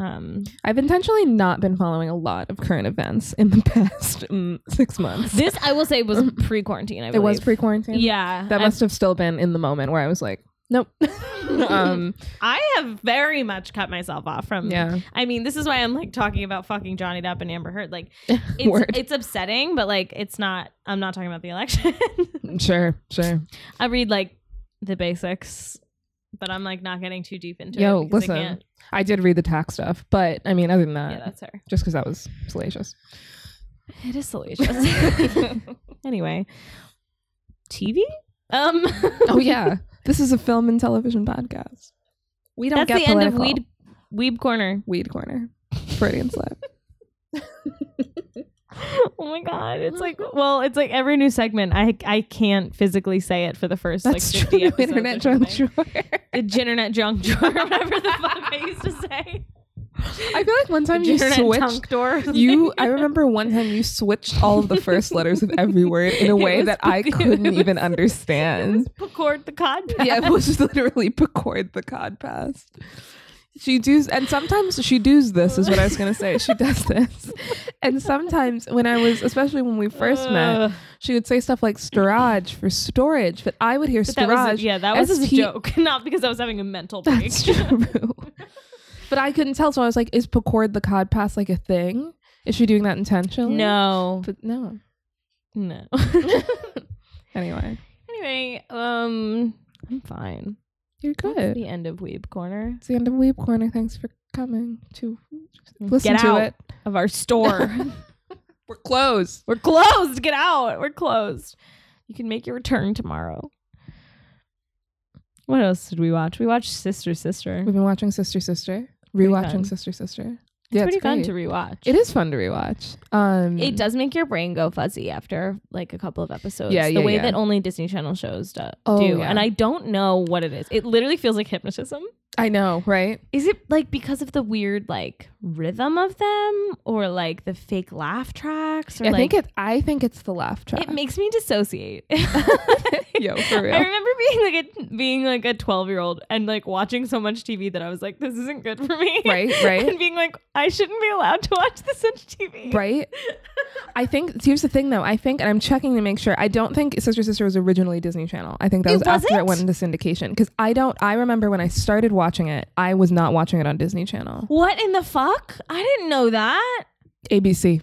Speaker 2: Um,
Speaker 1: I've intentionally not been following a lot of current events in the past mm, six months.
Speaker 2: this I will say was pre quarantine. I
Speaker 1: it was
Speaker 2: believe.
Speaker 1: pre-quarantine.
Speaker 2: Yeah,
Speaker 1: that
Speaker 2: I-
Speaker 1: must have still been in the moment where I was like, nope. um,
Speaker 2: I have very much cut myself off from.
Speaker 1: yeah,
Speaker 2: I mean, this is why I'm like talking about fucking Johnny Depp and Amber Heard. Like, it's,
Speaker 1: Word.
Speaker 2: it's upsetting, but like, it's not. I'm not talking about the election.
Speaker 1: sure, sure.
Speaker 2: I read like the basics, but I'm like not getting too deep into
Speaker 1: Yo,
Speaker 2: it. because I
Speaker 1: listen.
Speaker 2: can't-
Speaker 1: I did read the tax stuff, but I mean, other than that,
Speaker 2: yeah, that's her.
Speaker 1: just because that was salacious.
Speaker 2: It is salacious. anyway, TV. Um,
Speaker 1: Oh yeah, this is a film and television podcast. We don't
Speaker 2: that's
Speaker 1: get
Speaker 2: the end of
Speaker 1: political.
Speaker 2: Weed Weeb Corner.
Speaker 1: Weed corner, Freudian slip.
Speaker 2: Oh my god, it's like well, it's like every new segment. I I can't physically say it for the first
Speaker 1: That's
Speaker 2: like
Speaker 1: true.
Speaker 2: fifty episodes.
Speaker 1: Internet
Speaker 2: or
Speaker 1: junk
Speaker 2: something.
Speaker 1: drawer.
Speaker 2: The internet junk drawer, whatever the fuck I used to say.
Speaker 1: I feel like one time you
Speaker 2: internet
Speaker 1: switched.
Speaker 2: junk drawer.
Speaker 1: You, I remember one time you switched all of the first letters of every word in a
Speaker 2: It
Speaker 1: way
Speaker 2: was
Speaker 1: that I
Speaker 2: confused.
Speaker 1: couldn't even
Speaker 2: It
Speaker 1: understand.
Speaker 2: was Picard the cod.
Speaker 1: yeah, it was literally Picard the cod past. She does, and sometimes she does this, is what I was gonna say. She does this, and sometimes when I was, especially when we first met,
Speaker 2: Ugh.
Speaker 1: she would say stuff like storage for storage, but I would hear
Speaker 2: But that was
Speaker 1: storage.
Speaker 2: yeah, that was
Speaker 1: S-T-
Speaker 2: a joke, not because I was having a mental break.
Speaker 1: That's true. but I couldn't tell, so I was like, "Is Picard the cod pass like a thing? Is she doing that intentionally?"
Speaker 2: No,
Speaker 1: but no.
Speaker 2: no.
Speaker 1: Anyway,
Speaker 2: anyway, um, I'm fine.
Speaker 1: you're
Speaker 2: That's
Speaker 1: good.
Speaker 2: the end of Weeb Corner
Speaker 1: It's the end of Weeb Corner. Thanks for coming to listen
Speaker 2: Get
Speaker 1: to
Speaker 2: out.
Speaker 1: it.
Speaker 2: of our store.
Speaker 1: We're closed.
Speaker 2: We're closed. Get out. We're closed. You can make your return tomorrow. What else did we watch? We watched Sister Sister.
Speaker 1: We've been watching Sister Sister,
Speaker 2: Mm-hmm. Pretty
Speaker 1: rewatching
Speaker 2: fun.
Speaker 1: Sister Sister.
Speaker 2: It's pretty fun
Speaker 1: great.
Speaker 2: to rewatch.
Speaker 1: It is fun to rewatch. Um,
Speaker 2: It does make your brain go fuzzy after like a couple of episodes.
Speaker 1: Yeah,
Speaker 2: the
Speaker 1: yeah,
Speaker 2: way
Speaker 1: yeah.
Speaker 2: that only Disney Channel shows do.
Speaker 1: Oh,
Speaker 2: do.
Speaker 1: yeah.
Speaker 2: And I don't know what it is. It literally feels like hypnotism.
Speaker 1: I know, right?
Speaker 2: Is it like because of the weird like rhythm of them or like the fake laugh tracks or
Speaker 1: I
Speaker 2: like
Speaker 1: think it. I think it's the laugh track.
Speaker 2: it makes me dissociate.
Speaker 1: Yo, for
Speaker 2: I
Speaker 1: real.
Speaker 2: remember being like a being like a 12 year old and like watching so much TV that I was like, this isn't good for me.
Speaker 1: Right, right.
Speaker 2: and being like, I shouldn't be allowed to watch this much TV.
Speaker 1: Right. I think here's the thing though. I think, and I'm checking to make sure. I don't think Sister Sister was originally Disney Channel. I think that
Speaker 2: It
Speaker 1: was after it
Speaker 2: wasn't?
Speaker 1: went into syndication. Because I don't. I remember when I started watching it, I was not watching it on Disney Channel.
Speaker 2: What in the fuck? I didn't know that.
Speaker 1: ABC.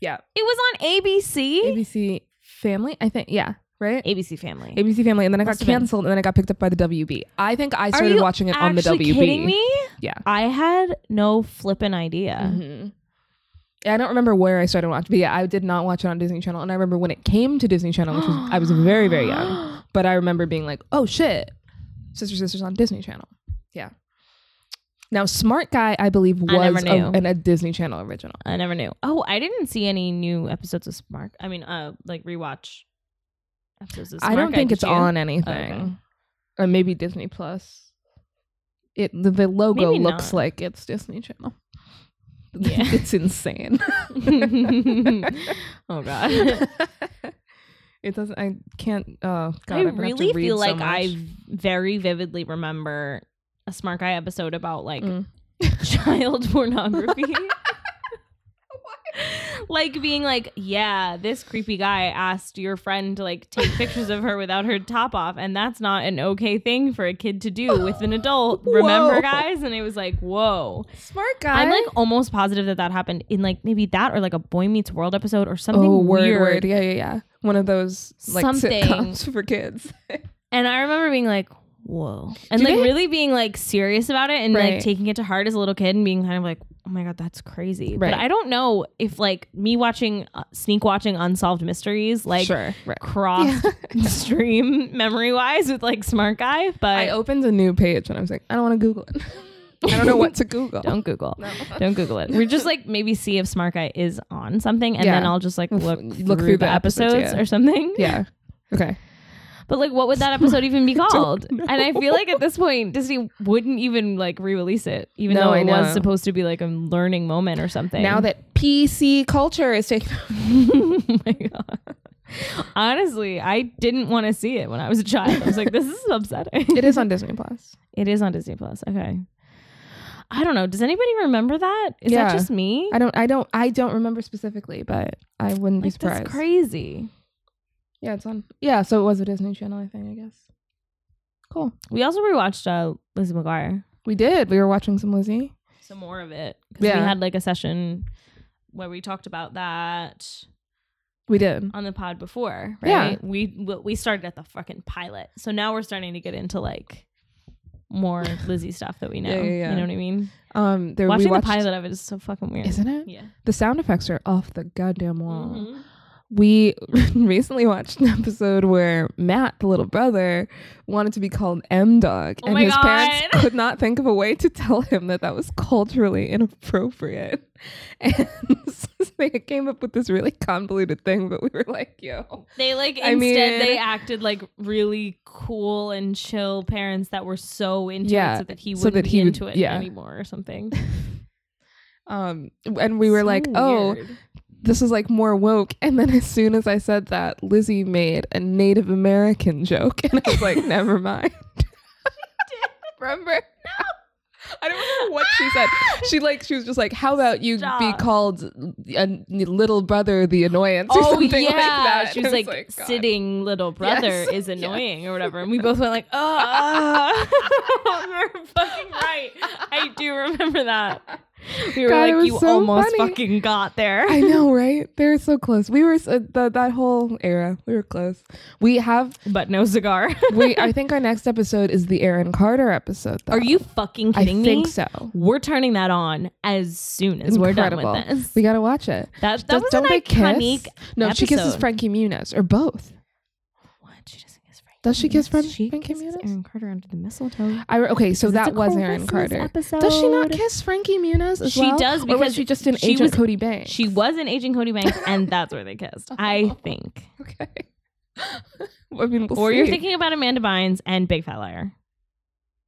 Speaker 1: Yeah.
Speaker 2: It was on ABC.
Speaker 1: ABC Family. I think. Yeah. Right.
Speaker 2: ABC Family.
Speaker 1: ABC Family, and then it got
Speaker 2: Must've been.
Speaker 1: canceled, and then it got picked up by the WB. I think I
Speaker 2: Are
Speaker 1: started
Speaker 2: you
Speaker 1: watching it on the
Speaker 2: actually
Speaker 1: WB.
Speaker 2: kidding me?
Speaker 1: Yeah.
Speaker 2: I had no flippin' idea.
Speaker 1: Mhm. Yeah, I don't remember where I started watching, but yeah, I did not watch it on Disney Channel, and I remember when it came to Disney Channel, which was I was very very young, but I remember being like, "Oh shit, Sister Sisters on Disney Channel." Yeah. Now, Smart Guy, I believe, was
Speaker 2: I never
Speaker 1: a,
Speaker 2: knew.
Speaker 1: an- a Disney Channel original.
Speaker 2: I never knew. Oh, I didn't see any new episodes of Smart. I mean, uh, like rewatch episodes of Smart.
Speaker 1: I don't
Speaker 2: Guy,
Speaker 1: think
Speaker 2: did
Speaker 1: it's
Speaker 2: you?
Speaker 1: on anything,
Speaker 2: Okay.
Speaker 1: or maybe Disney Plus. It the, the logo
Speaker 2: Maybe
Speaker 1: looks
Speaker 2: not.
Speaker 1: like it's Disney Channel.
Speaker 2: Yeah.
Speaker 1: it's insane.
Speaker 2: oh god.
Speaker 1: it doesn't. I can't. Oh God!
Speaker 2: I
Speaker 1: I'm gonna have to
Speaker 2: really
Speaker 1: read
Speaker 2: feel
Speaker 1: so
Speaker 2: like
Speaker 1: much.
Speaker 2: I very vividly remember a Smart Guy episode about like
Speaker 1: Mm.
Speaker 2: child pornography. Like being like, yeah, this creepy guy asked your friend to like take pictures of her without her top off, and that's not an okay thing for a kid to do with an adult.
Speaker 1: Whoa.
Speaker 2: Remember, guys? And it was like, whoa.
Speaker 1: smart guy.
Speaker 2: I'm like almost positive that that happened in like maybe that or like a Boy Meets World episode or something
Speaker 1: oh word
Speaker 2: weird.
Speaker 1: word yeah yeah yeah. One of those like
Speaker 2: Something.
Speaker 1: sitcoms for kids.
Speaker 2: And I remember being like, whoa. And
Speaker 1: Do
Speaker 2: like
Speaker 1: they-
Speaker 2: really being like serious about it and
Speaker 1: Right.
Speaker 2: like taking it to heart as a little kid and being kind of like, oh my God, that's crazy.
Speaker 1: Right.
Speaker 2: But I don't know if like me watching, uh, sneak watching Unsolved Mysteries, like
Speaker 1: sure, right.
Speaker 2: crossed stream memory wise with like Smart Guy, but
Speaker 1: I opened a new page and I was like, I don't want to Google it. I don't know what to Google.
Speaker 2: don't Google. Don't Google it. We just like maybe see if Smart Guy is on something and then
Speaker 1: Yeah.
Speaker 2: I'll just like look,
Speaker 1: Look
Speaker 2: through,
Speaker 1: through
Speaker 2: the
Speaker 1: the
Speaker 2: episodes,
Speaker 1: episodes, yeah.
Speaker 2: or something.
Speaker 1: yeah. Okay.
Speaker 2: But like, what would that episode even be called?
Speaker 1: know.
Speaker 2: And I feel like at this point, Disney wouldn't even like re-release it, even
Speaker 1: No,
Speaker 2: though
Speaker 1: I
Speaker 2: it was
Speaker 1: know.
Speaker 2: supposed to be like a learning moment or something.
Speaker 1: Now that PC culture is taking
Speaker 2: oh my god. Honestly, I didn't want to see it when I was a child. I was like, this is upsetting.
Speaker 1: it is on Disney Plus.
Speaker 2: It is on Disney Plus. Okay. I don't know. Does anybody remember that? Is
Speaker 1: Yeah.
Speaker 2: that just me?
Speaker 1: I don't I don't I don't remember specifically, but I wouldn't be
Speaker 2: Like,
Speaker 1: surprised.
Speaker 2: that's crazy.
Speaker 1: Yeah, it's on. Yeah, so it was a Disney Channel, I think, I guess. Cool.
Speaker 2: We also rewatched uh, Lizzie McGuire.
Speaker 1: We did. We were watching some Lizzie.
Speaker 2: Some more of it. 'Cause we
Speaker 1: Yeah.
Speaker 2: had like a session where we talked about that
Speaker 1: We did.
Speaker 2: on the pod before, right?
Speaker 1: Yeah.
Speaker 2: We w- we started at the fucking pilot. So now we're starting to get into like more Lizzie stuff that we know.
Speaker 1: Yeah, yeah, yeah.
Speaker 2: You know what I mean?
Speaker 1: Um there
Speaker 2: Watching
Speaker 1: we watched,
Speaker 2: the pilot of it is so fucking weird.
Speaker 1: Isn't it?
Speaker 2: Yeah.
Speaker 1: The sound effects are off the goddamn wall.
Speaker 2: Mhm.
Speaker 1: We recently watched an episode where Matt, the little brother, wanted to be called M Dog,
Speaker 2: Oh
Speaker 1: and
Speaker 2: my
Speaker 1: his
Speaker 2: God.
Speaker 1: parents could not think of a way to tell him that that was culturally inappropriate. And so they came up with this really convoluted thing, but we were like, yo.
Speaker 2: They like instead
Speaker 1: I mean-
Speaker 2: they acted like really cool and chill parents that were so into it
Speaker 1: Yeah,
Speaker 2: so that he
Speaker 1: so
Speaker 2: wouldn't
Speaker 1: that
Speaker 2: be
Speaker 1: he would-
Speaker 2: into it
Speaker 1: yeah.
Speaker 2: anymore or something.
Speaker 1: Um, and we were
Speaker 2: So
Speaker 1: like, oh,
Speaker 2: weird.
Speaker 1: this is like more woke. And then as soon as I said that, Lizzie made a Native American joke, and I was like, never mind. remember? No. I don't remember what she said. She like she was just like, "How about you be
Speaker 2: Stop.
Speaker 1: called a little brother, the annoyance, or
Speaker 2: Oh
Speaker 1: something
Speaker 2: yeah,
Speaker 1: like that."
Speaker 2: she
Speaker 1: And
Speaker 2: was
Speaker 1: I
Speaker 2: like,
Speaker 1: "God."
Speaker 2: sitting little brother
Speaker 1: Yes.
Speaker 2: is
Speaker 1: Yeah.
Speaker 2: annoying or whatever, and we both went like, oh, you're fucking right. I do remember that. We were
Speaker 1: God, it
Speaker 2: like,
Speaker 1: was
Speaker 2: you
Speaker 1: so
Speaker 2: almost
Speaker 1: funny."
Speaker 2: fucking got there.
Speaker 1: I know, right? They're so close. We were so, the, that whole era. We were close. We have.
Speaker 2: but no cigar.
Speaker 1: We. I think our next episode is the Aaron Carter episode. Though.
Speaker 2: Are you fucking
Speaker 1: I
Speaker 2: kidding
Speaker 1: think
Speaker 2: me?
Speaker 1: so.
Speaker 2: We're turning that on as soon as we're done with this.
Speaker 1: We gotta watch it.
Speaker 2: That, that
Speaker 1: Does-
Speaker 2: was
Speaker 1: don't
Speaker 2: an
Speaker 1: they
Speaker 2: iconic.
Speaker 1: kiss? No, she kisses
Speaker 2: episode.
Speaker 1: Frankie Muniz or both.
Speaker 2: What? She doesn't kiss Frank.
Speaker 1: Does she kiss Fran-
Speaker 2: She
Speaker 1: Frankie
Speaker 2: kisses
Speaker 1: Muniz?
Speaker 2: Aaron Carter under the mistletoe.
Speaker 1: I re- okay, so
Speaker 2: Because it's
Speaker 1: that
Speaker 2: a
Speaker 1: was
Speaker 2: Cole
Speaker 1: Aaron
Speaker 2: Christmas
Speaker 1: Carter. Does she not
Speaker 2: episode.
Speaker 1: kiss Frankie Muniz as
Speaker 2: She
Speaker 1: well?
Speaker 2: does
Speaker 1: Or
Speaker 2: because
Speaker 1: was she just an
Speaker 2: she
Speaker 1: agent
Speaker 2: was-
Speaker 1: Cody Banks?
Speaker 2: She was an aging Cody Banks, and that's where they kissed.
Speaker 1: Oh.
Speaker 2: I think.
Speaker 1: okay. I mean, we'll
Speaker 2: Or you're
Speaker 1: see.
Speaker 2: thinking about Amanda Bynes and Big Fat Liar.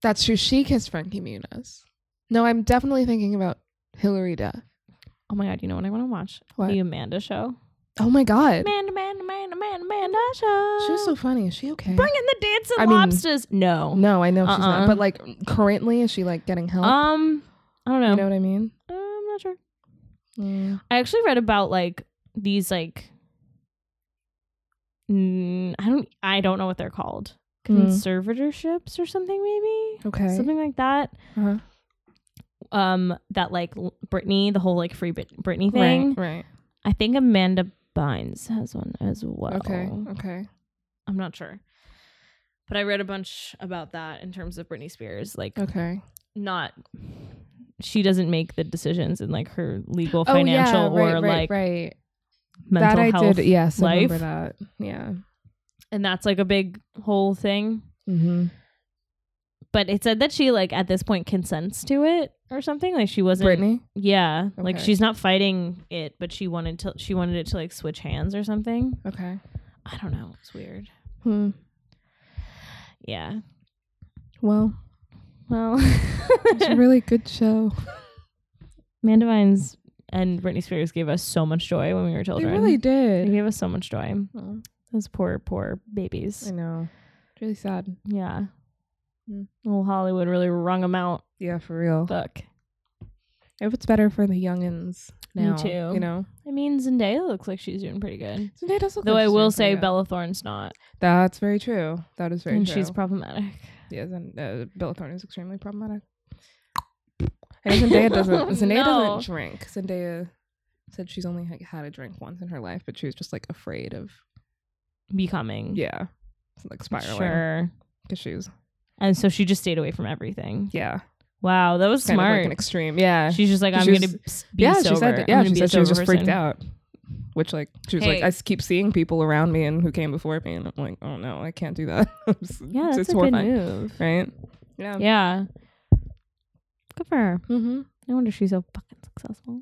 Speaker 1: that's true. She kissed Frankie Muniz. No, I'm definitely thinking about Hillary Duff.
Speaker 2: Oh my god, you know what I want to watch?
Speaker 1: What?
Speaker 2: The Amanda Show.
Speaker 1: Oh my God,
Speaker 2: Amanda, Amanda, Amanda, Amanda, Amanda Show.
Speaker 1: she was so funny. Is she okay?
Speaker 2: bringing the dancing
Speaker 1: I mean-
Speaker 2: lobsters. No.
Speaker 1: no, I know she's
Speaker 2: Uh-uh.
Speaker 1: not. But like currently, is she like getting help?
Speaker 2: Um, I don't know.
Speaker 1: You know what I mean?
Speaker 2: I'm not sure.
Speaker 1: Mm.
Speaker 2: I actually read about like these like mm, I don't I don't know what they're called.
Speaker 1: Mm.
Speaker 2: Conservatorships or something maybe.
Speaker 1: Okay.
Speaker 2: Something like that.
Speaker 1: Uh-huh.
Speaker 2: Um that like l- Britney, the whole like free Brit- Britney thing.
Speaker 1: Right. Right.
Speaker 2: I think Amanda Bynes has one as well.
Speaker 1: Okay. Okay.
Speaker 2: I'm not sure. But I read a bunch about that in terms of Britney Spears like
Speaker 1: Okay.
Speaker 2: not she doesn't make the decisions in like her legal
Speaker 1: Oh, yeah,
Speaker 2: financial or
Speaker 1: right, right,
Speaker 2: like
Speaker 1: right.
Speaker 2: mental
Speaker 1: that I
Speaker 2: health
Speaker 1: did. Yes, I
Speaker 2: life.
Speaker 1: remember that. Yeah.
Speaker 2: and that's like a big whole thing.
Speaker 1: Mm-hmm.
Speaker 2: But it said that she like at this point consents to it or something. Like she wasn't.
Speaker 1: Brittany.
Speaker 2: Yeah, like
Speaker 1: Okay.
Speaker 2: she's not fighting it, but she wanted to. She wanted it to like switch hands or something.
Speaker 1: Okay.
Speaker 2: I don't know. It's weird.
Speaker 1: Hmm.
Speaker 2: Yeah.
Speaker 1: Well,
Speaker 2: Well,
Speaker 1: it's a really good show.
Speaker 2: Amanda Vines and Britney Spears gave us so much joy when we were
Speaker 1: They
Speaker 2: children.
Speaker 1: really
Speaker 2: They
Speaker 1: did.
Speaker 2: gave us so much joy.
Speaker 1: Oh,
Speaker 2: Those poor, poor babies.
Speaker 1: I know. It's really sad.
Speaker 2: Yeah.
Speaker 1: Mm.
Speaker 2: Well, Hollywood really wrung them out.
Speaker 1: Yeah, for real.
Speaker 2: Fuck.
Speaker 1: I hope it's better for the youngins.
Speaker 2: Me
Speaker 1: Now,
Speaker 2: too.
Speaker 1: You know.
Speaker 2: I mean, Zendaya looks like she's doing pretty good.
Speaker 1: So that does look
Speaker 2: Though I
Speaker 1: interesting
Speaker 2: will
Speaker 1: for
Speaker 2: say
Speaker 1: you.
Speaker 2: Bella Thorne's not,
Speaker 1: That's very true. That is very
Speaker 2: and
Speaker 1: true.
Speaker 2: she's problematic.
Speaker 1: yes, and uh, Bella Thorne is extremely problematic. And Zendaya doesn't. Zendaya
Speaker 2: Oh, No.
Speaker 1: doesn't drink. Zendaya said she's only like, had a drink once in her life, but she was just like afraid of.
Speaker 2: Becoming
Speaker 1: Yeah. like spiraling
Speaker 2: Sure.
Speaker 1: issues.
Speaker 2: And so she just stayed away from everything.
Speaker 1: Yeah,
Speaker 2: Wow, that was
Speaker 1: kind of
Speaker 2: smart.
Speaker 1: like an extreme. Yeah,
Speaker 2: She's just like, I'm
Speaker 1: She
Speaker 2: going
Speaker 1: was-
Speaker 2: to be
Speaker 1: yeah,
Speaker 2: sober.
Speaker 1: she said.
Speaker 2: I'm
Speaker 1: that- Yeah,
Speaker 2: gonna
Speaker 1: she
Speaker 2: be a
Speaker 1: said she was
Speaker 2: sober
Speaker 1: just freaked
Speaker 2: person."
Speaker 1: out. Which like she was
Speaker 2: Hey.
Speaker 1: like, I s- keep seeing people around me and who came before me, and I'm like, oh no, I can't do that. It's-
Speaker 2: Yeah, that's
Speaker 1: it's Um,
Speaker 2: a
Speaker 1: horrifying,
Speaker 2: good move.
Speaker 1: right? Yeah.
Speaker 2: Yeah. Good for her.
Speaker 1: Mm-hmm.
Speaker 2: No wonder she's so fucking successful.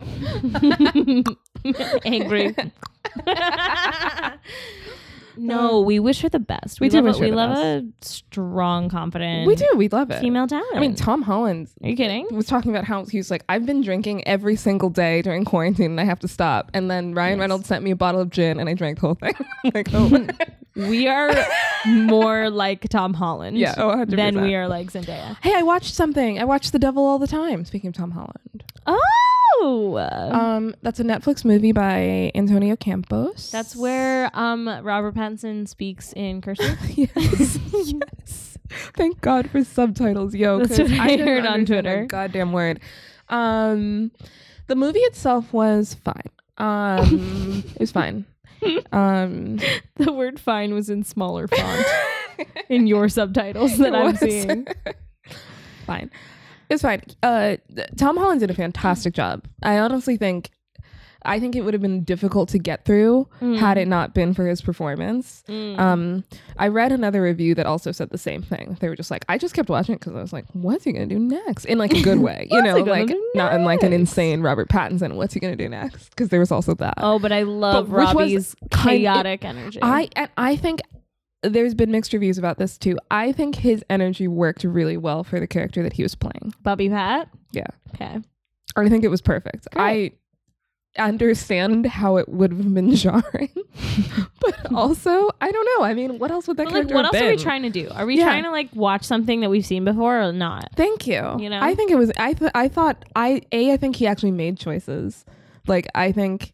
Speaker 2: Angry. no, we wish her the best.
Speaker 1: Um, We do
Speaker 2: love a-
Speaker 1: wish her
Speaker 2: We
Speaker 1: the
Speaker 2: love a strong, confident.
Speaker 1: We do. We love it.
Speaker 2: female talent.
Speaker 1: I mean, Tom Holland
Speaker 2: are you kidding?
Speaker 1: was talking about how he was like, I've been drinking every single day during quarantine and I have to stop. And then Ryan
Speaker 2: Yes.
Speaker 1: Reynolds sent me a bottle of gin and I drank the whole thing. I'm like, oh,
Speaker 2: We are more like Tom Holland.
Speaker 1: yeah. Oh, 100%.
Speaker 2: Than we are like Zendaya.
Speaker 1: Hey, I watched something. I watched The Devil all the time. Speaking of Tom Holland,
Speaker 2: Oh,
Speaker 1: um, that's a Netflix movie by Antonio Campos.
Speaker 2: that's where um Robert Pattinson speaks in cursive.
Speaker 1: yes, yes. Thank God for subtitles, yo.
Speaker 2: That's
Speaker 1: 'cause
Speaker 2: what I
Speaker 1: didn't
Speaker 2: heard on
Speaker 1: understand
Speaker 2: Twitter.
Speaker 1: A goddamn word. Um, the movie itself was fine. Um, it was fine. Um,
Speaker 2: the word "fine" was in smaller font in your subtitles that
Speaker 1: It
Speaker 2: I'm
Speaker 1: was.
Speaker 2: seeing.
Speaker 1: fine. It's fine. Uh, th- Tom Holland did a fantastic job. I honestly think, I think it would have been difficult to get through
Speaker 2: Hmm.
Speaker 1: had it not been for his performance.
Speaker 2: Mm. Uh,
Speaker 1: Um, I read another review that also said the same thing. They were just like, I just kept watching it because I was like, what's he gonna do next? In like a good way, you
Speaker 2: What's he
Speaker 1: know,
Speaker 2: gonna
Speaker 1: like
Speaker 2: do
Speaker 1: not in like an
Speaker 2: next?
Speaker 1: insane Robert Pattinson. What's he gonna do next? Because there was also that.
Speaker 2: Oh, but I love
Speaker 1: But which was
Speaker 2: Robbie's
Speaker 1: kind-
Speaker 2: chaotic energy.
Speaker 1: I and I think there's been mixed reviews about this too. I think his energy worked really well for the character that he was playing.
Speaker 2: Bobby Pat.
Speaker 1: Yeah.
Speaker 2: Okay.
Speaker 1: I think it was perfect.
Speaker 2: Great.
Speaker 1: I understand how it would have been jarring, but also I don't know. I mean, what else would that
Speaker 2: But, like,
Speaker 1: character
Speaker 2: what else
Speaker 1: have
Speaker 2: are we
Speaker 1: been?
Speaker 2: trying to do? Are we
Speaker 1: Yeah.
Speaker 2: trying to like watch something that we've seen before or not?
Speaker 1: Thank you.
Speaker 2: You know?
Speaker 1: I think it was. I th- I thought. I a. I think he actually made choices. Like I think.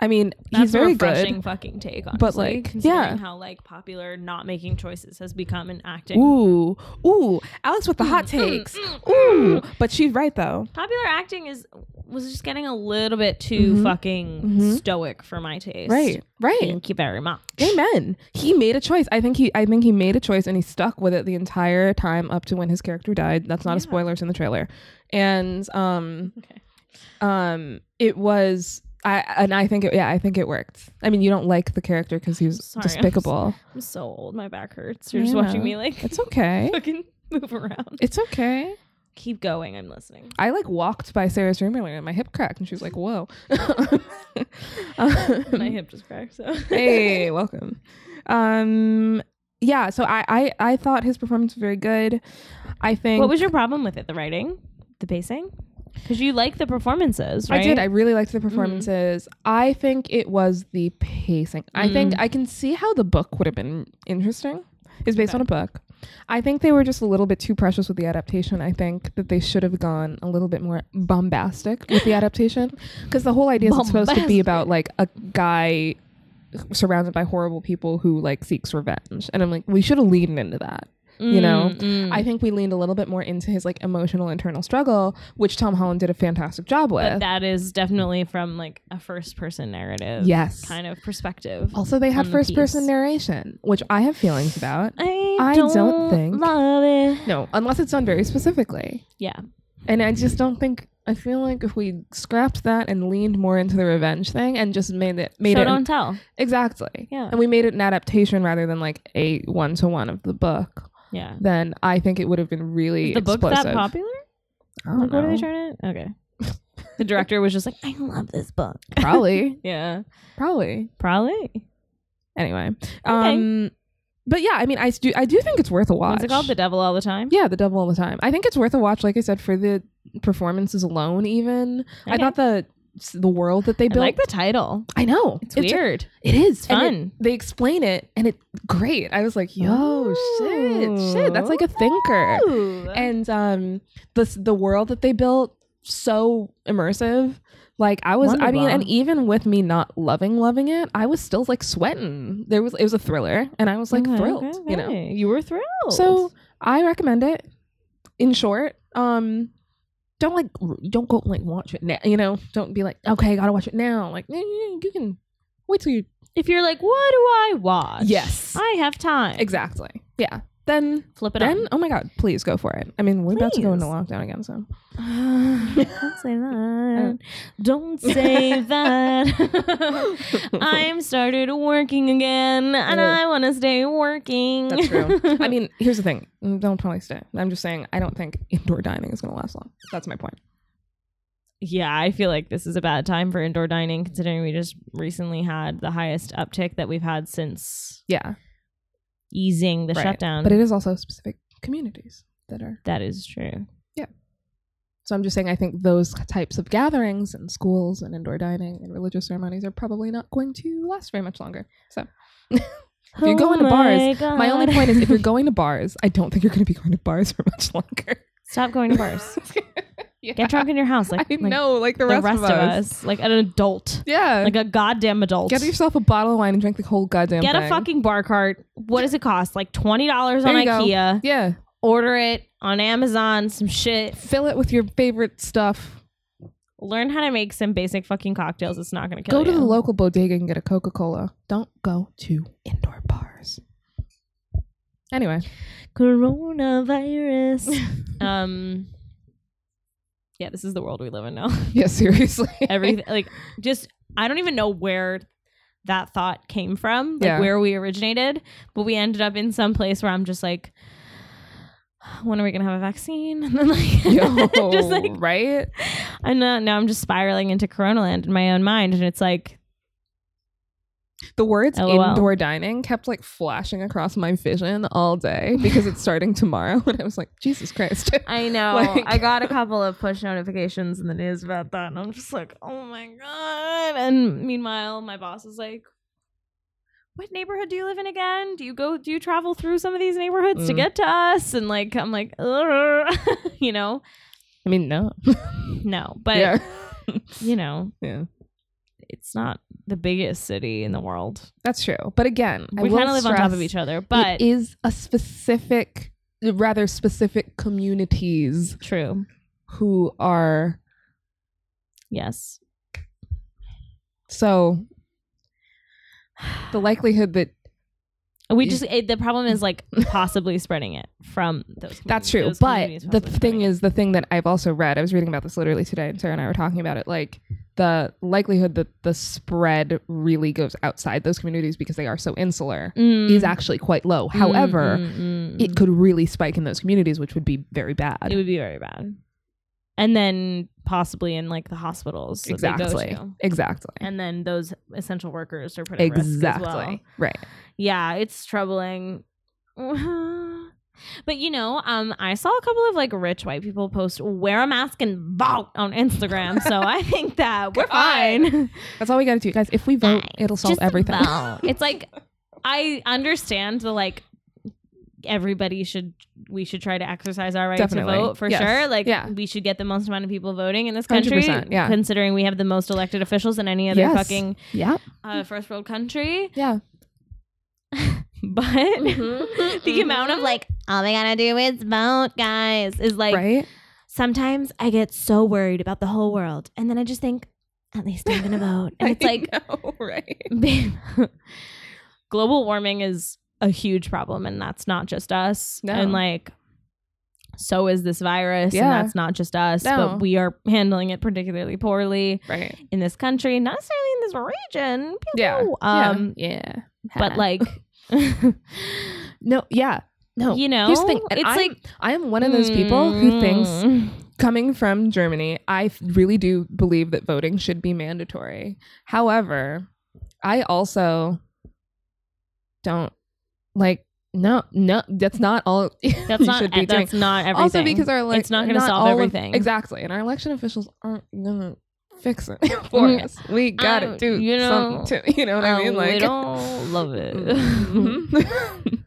Speaker 1: I mean,
Speaker 2: That's
Speaker 1: he's very
Speaker 2: a refreshing
Speaker 1: good.
Speaker 2: fucking take, honestly.
Speaker 1: like,
Speaker 2: considering
Speaker 1: yeah.
Speaker 2: how like popular not making choices has become in acting.
Speaker 1: Ooh, ooh, Alex with the hot
Speaker 2: Mm,
Speaker 1: takes. Ooh, but she's right though.
Speaker 2: Popular acting is was just getting a little bit too
Speaker 1: Mhm.
Speaker 2: fucking
Speaker 1: Mhm.
Speaker 2: stoic for my taste.
Speaker 1: Right, right.
Speaker 2: Thank you very much.
Speaker 1: Amen. He made a choice. I think he. I think he made a choice, and he stuck with it the entire time up to when his character died. That's not
Speaker 2: Yeah.
Speaker 1: a spoiler. It's in the trailer, and um,
Speaker 2: Okay.
Speaker 1: um, it was. I and I think it. Yeah, I think it worked. I mean, you don't like the character because he was
Speaker 2: Sorry, I'm
Speaker 1: despicable.
Speaker 2: I'm so old, my back hurts. You're just
Speaker 1: Yeah.
Speaker 2: watching me like
Speaker 1: It's okay.
Speaker 2: fucking move around.
Speaker 1: It's okay.
Speaker 2: Keep going, I'm listening.
Speaker 1: I like walked by Sarah's room earlier and my hip cracked, and she was like, "Whoa." Um,
Speaker 2: My hip just cracked, so
Speaker 1: hey, welcome. Um, yeah. So I, I I thought his performance was very good. I think.
Speaker 2: What was your problem with it? The writing? The pacing? Because you like the performances, right? Mm-hmm.
Speaker 1: I did. I really liked the performances. I think it was the pacing. I think
Speaker 2: Mm-hmm.
Speaker 1: I can see how the book would have been interesting. It's based on a book. I think they were just a little bit too precious with the adaptation. I think that they should have gone a little bit more bombastic with the adaptation because the whole idea is it's supposed to be about like a guy surrounded by horrible people who like seeks revenge. And I'm like, we should have leaned into that. You know,
Speaker 2: Mm.
Speaker 1: I think we leaned a little bit more into his like emotional internal struggle, which Tom Holland did a fantastic job with.
Speaker 2: But that is definitely from like a first person narrative
Speaker 1: Yes. Oh,
Speaker 2: kind of perspective.
Speaker 1: Also, they had
Speaker 2: on the
Speaker 1: first person
Speaker 2: piece.
Speaker 1: narration, which I have feelings about.
Speaker 2: I,
Speaker 1: I don't think-
Speaker 2: love it.
Speaker 1: No, unless it's done very specifically.
Speaker 2: Yeah.
Speaker 1: And I just don't think. I feel like if we scrapped that and leaned more into the revenge thing and just made it made
Speaker 2: Show
Speaker 1: it
Speaker 2: don't tell.
Speaker 1: exactly,
Speaker 2: Yeah.
Speaker 1: and we made it an adaptation rather than like a one to one of the book,
Speaker 2: Yeah.
Speaker 1: then I think it would have been really
Speaker 2: Is the book
Speaker 1: explosive.
Speaker 2: that popular?
Speaker 1: I don't
Speaker 2: Like, what are they
Speaker 1: know.
Speaker 2: trying to? Okay. the director was just like, I love this book.
Speaker 1: Probably,
Speaker 2: Yeah.
Speaker 1: probably.
Speaker 2: Probably.
Speaker 1: Anyway, um, but yeah, I mean, I do, I do think it's worth a watch.
Speaker 2: What's it called? The Devil All the Time?
Speaker 1: Yeah, the devil all the time. I think it's worth a watch. Like I said, for the performances alone, even I
Speaker 2: Okay.
Speaker 1: thought the the world that they
Speaker 2: I
Speaker 1: built.
Speaker 2: like the title.
Speaker 1: I know
Speaker 2: It's, weird.
Speaker 1: it is
Speaker 2: It's
Speaker 1: And it-
Speaker 2: fun.
Speaker 1: they explain it, and it's great. I was like, yo, shit, shit. That's like a thinker.
Speaker 2: Ooh.
Speaker 1: And um, the the world that they built so immersive. Like I was, I mean,
Speaker 2: Wonderwall.
Speaker 1: and even with me not loving loving it, I was still like sweating. There was it was a thriller, and I was like
Speaker 2: Okay,
Speaker 1: thrilled.
Speaker 2: okay,
Speaker 1: You know.
Speaker 2: okay. you were thrilled.
Speaker 1: So I recommend it. In short, um, don't like don't go like watch it now. You know, don't be like okay, gotta watch it now. Like eh, you can Wait till you.
Speaker 2: If you're like, what do I watch?
Speaker 1: Yes.
Speaker 2: I have time.
Speaker 1: Exactly. Yeah. Then,
Speaker 2: Flip it
Speaker 1: then, oh my God, please go for it. I mean, we're about to go into
Speaker 2: um, Please.
Speaker 1: lockdown again, so.
Speaker 2: on. Don't say
Speaker 1: Oh.
Speaker 2: that. Don't say that. I'm started working again and
Speaker 1: Ew.
Speaker 2: I want to stay working.
Speaker 1: That's true. I mean, here's the thing. Mm, Don't probably stay. I'm just saying, I don't think indoor dining is going to last long. That's my point.
Speaker 2: yeah, I feel like this is a bad time for indoor dining considering we just recently had the highest uptick that we've had since
Speaker 1: Yeah.
Speaker 2: easing the
Speaker 1: Right.
Speaker 2: shutdown.
Speaker 1: But it is also specific communities that are.
Speaker 2: that is true.
Speaker 1: So I'm just saying, I think those types of gatherings and schools and indoor dining and religious ceremonies are probably not going to last very much longer. So If you go into bars, my only
Speaker 2: Oh God.
Speaker 1: point is if you're going to bars, I don't think you're going to be going to bars for much longer.
Speaker 2: stop going to bars.
Speaker 1: yeah.
Speaker 2: Get drunk in your house, like,
Speaker 1: I
Speaker 2: like
Speaker 1: know, like the,
Speaker 2: the
Speaker 1: rest, of us.
Speaker 2: like an adult,
Speaker 1: Yeah.
Speaker 2: like a goddamn adult.
Speaker 1: Get yourself a bottle of wine and drink the whole goddamn
Speaker 2: Get a
Speaker 1: thing.
Speaker 2: fucking bar cart. What does it cost? Like twenty dollars on
Speaker 1: There you go.
Speaker 2: IKEA.
Speaker 1: Yeah.
Speaker 2: Order it on Amazon. Some shit.
Speaker 1: Fill it with your favorite stuff.
Speaker 2: Learn how to make some basic fucking cocktails. It's not gonna kill
Speaker 1: Go to
Speaker 2: you.
Speaker 1: the local bodega and get a Coca Cola. Don't go to indoor bars. Anyway,
Speaker 2: coronavirus. um. Yeah, this is the world we live in now.
Speaker 1: yeah, seriously.
Speaker 2: everything like just I don't even know where that thought came from, like
Speaker 1: Yeah.
Speaker 2: where we originated, but we ended up in some place where I'm just like, when are we gonna have a vaccine? And then like,
Speaker 1: Yo,
Speaker 2: just like,
Speaker 1: right?
Speaker 2: and uh, now I'm just spiraling into Corona land in my own mind, and it's like,
Speaker 1: The words
Speaker 2: LOL.
Speaker 1: indoor dining kept like flashing across my vision all day because it's starting tomorrow. And I was like, Jesus Christ.
Speaker 2: I know.
Speaker 1: Like-
Speaker 2: I got a couple of push notifications in the news about that, and I'm just like, oh my god. And meanwhile, my boss is like. What neighborhood do you live in again? Do you go? Do you travel through some of these neighborhoods to
Speaker 1: Mm.
Speaker 2: get to us? And like, I'm like, "Ugh," you know,
Speaker 1: I mean, no.
Speaker 2: no, but
Speaker 1: yeah.
Speaker 2: you know,
Speaker 1: yeah.
Speaker 2: it's not the biggest city in the world.
Speaker 1: That's true. But again, I
Speaker 2: we
Speaker 1: will
Speaker 2: kind of live on top of
Speaker 1: stress
Speaker 2: each other, but
Speaker 1: it is a specific, rather specific communities
Speaker 2: true.
Speaker 1: who are
Speaker 2: Yes,
Speaker 1: so the likelihood that
Speaker 2: we
Speaker 1: You-
Speaker 2: just it, the problem is like possibly spreading it from those. communities-
Speaker 1: That's true.
Speaker 2: those communities
Speaker 1: But the
Speaker 2: possibly spreading
Speaker 1: thing
Speaker 2: it.
Speaker 1: is, the thing that I've also read, I was reading about this literally today, and Sarah and I were talking about it. Like, the likelihood that the spread really goes outside those communities because they are so insular
Speaker 2: Mm.
Speaker 1: is actually quite low. However,
Speaker 2: Mm, mm, mm,
Speaker 1: it could really spike in those communities, which would be very
Speaker 2: mm.
Speaker 1: bad.
Speaker 2: it would be very bad. And then possibly in like the hospitals that they go
Speaker 1: exactly.
Speaker 2: to.
Speaker 1: Exactly.
Speaker 2: And then those essential workers are put at risk as
Speaker 1: exactly.
Speaker 2: well.
Speaker 1: Right.
Speaker 2: Yeah, it's troubling. But you know, um, I saw a couple of like rich white people post wear a mask and vote on Instagram. So I think that we're
Speaker 1: God.
Speaker 2: fine.
Speaker 1: That's all we got to do, guys. If we vote,
Speaker 2: Guys,
Speaker 1: it'll solve
Speaker 2: Just
Speaker 1: everything.
Speaker 2: vote. It's like I understand the like everybody should we should try to exercise our right
Speaker 1: Definitely.
Speaker 2: to vote for
Speaker 1: Yes.
Speaker 2: sure. Like
Speaker 1: Yeah.
Speaker 2: we should get the most amount of people voting in this country,
Speaker 1: 100%, yeah.
Speaker 2: considering we have the most elected officials in any other
Speaker 1: Yes.
Speaker 2: fucking
Speaker 1: yeah.
Speaker 2: uh, first world country.
Speaker 1: Yeah.
Speaker 2: But
Speaker 1: Mhm.
Speaker 2: the amount of like all they gotta do is vote, guys, is like
Speaker 1: right.
Speaker 2: sometimes I get so worried about the whole world, and then I just think at least I'm gonna vote, and it's
Speaker 1: I
Speaker 2: like
Speaker 1: know, right.
Speaker 2: babe, global warming is a huge problem and that's not just us
Speaker 1: No.
Speaker 2: and like so is this virus and
Speaker 1: Yeah.
Speaker 2: that's not just us
Speaker 1: No.
Speaker 2: but we are handling it particularly poorly
Speaker 1: Right.
Speaker 2: in this country not necessarily in this region pew,
Speaker 1: Yeah.
Speaker 2: pew. um
Speaker 1: Yeah.
Speaker 2: but like
Speaker 1: No, yeah. No.
Speaker 2: You know?
Speaker 1: Here's the thing. And
Speaker 2: It's
Speaker 1: I'm,
Speaker 2: like-
Speaker 1: I'm one of those people who thinks
Speaker 2: Mm.
Speaker 1: coming from Germany, I f- really do believe that voting should be mandatory. However, I also don't like no, no, that's not all
Speaker 2: that's
Speaker 1: you
Speaker 2: not e-,
Speaker 1: should be doing.
Speaker 2: that's not everything
Speaker 1: Also because our like
Speaker 2: it's not gonna solve
Speaker 1: all of-
Speaker 2: everything
Speaker 1: exactly. And our election officials aren't gonna fix it for
Speaker 2: Mm.
Speaker 1: us. We gotta
Speaker 2: Um,
Speaker 1: do
Speaker 2: you know,
Speaker 1: something to you know what
Speaker 2: Uh,
Speaker 1: I mean? Like
Speaker 2: we don't love it
Speaker 1: Mhm.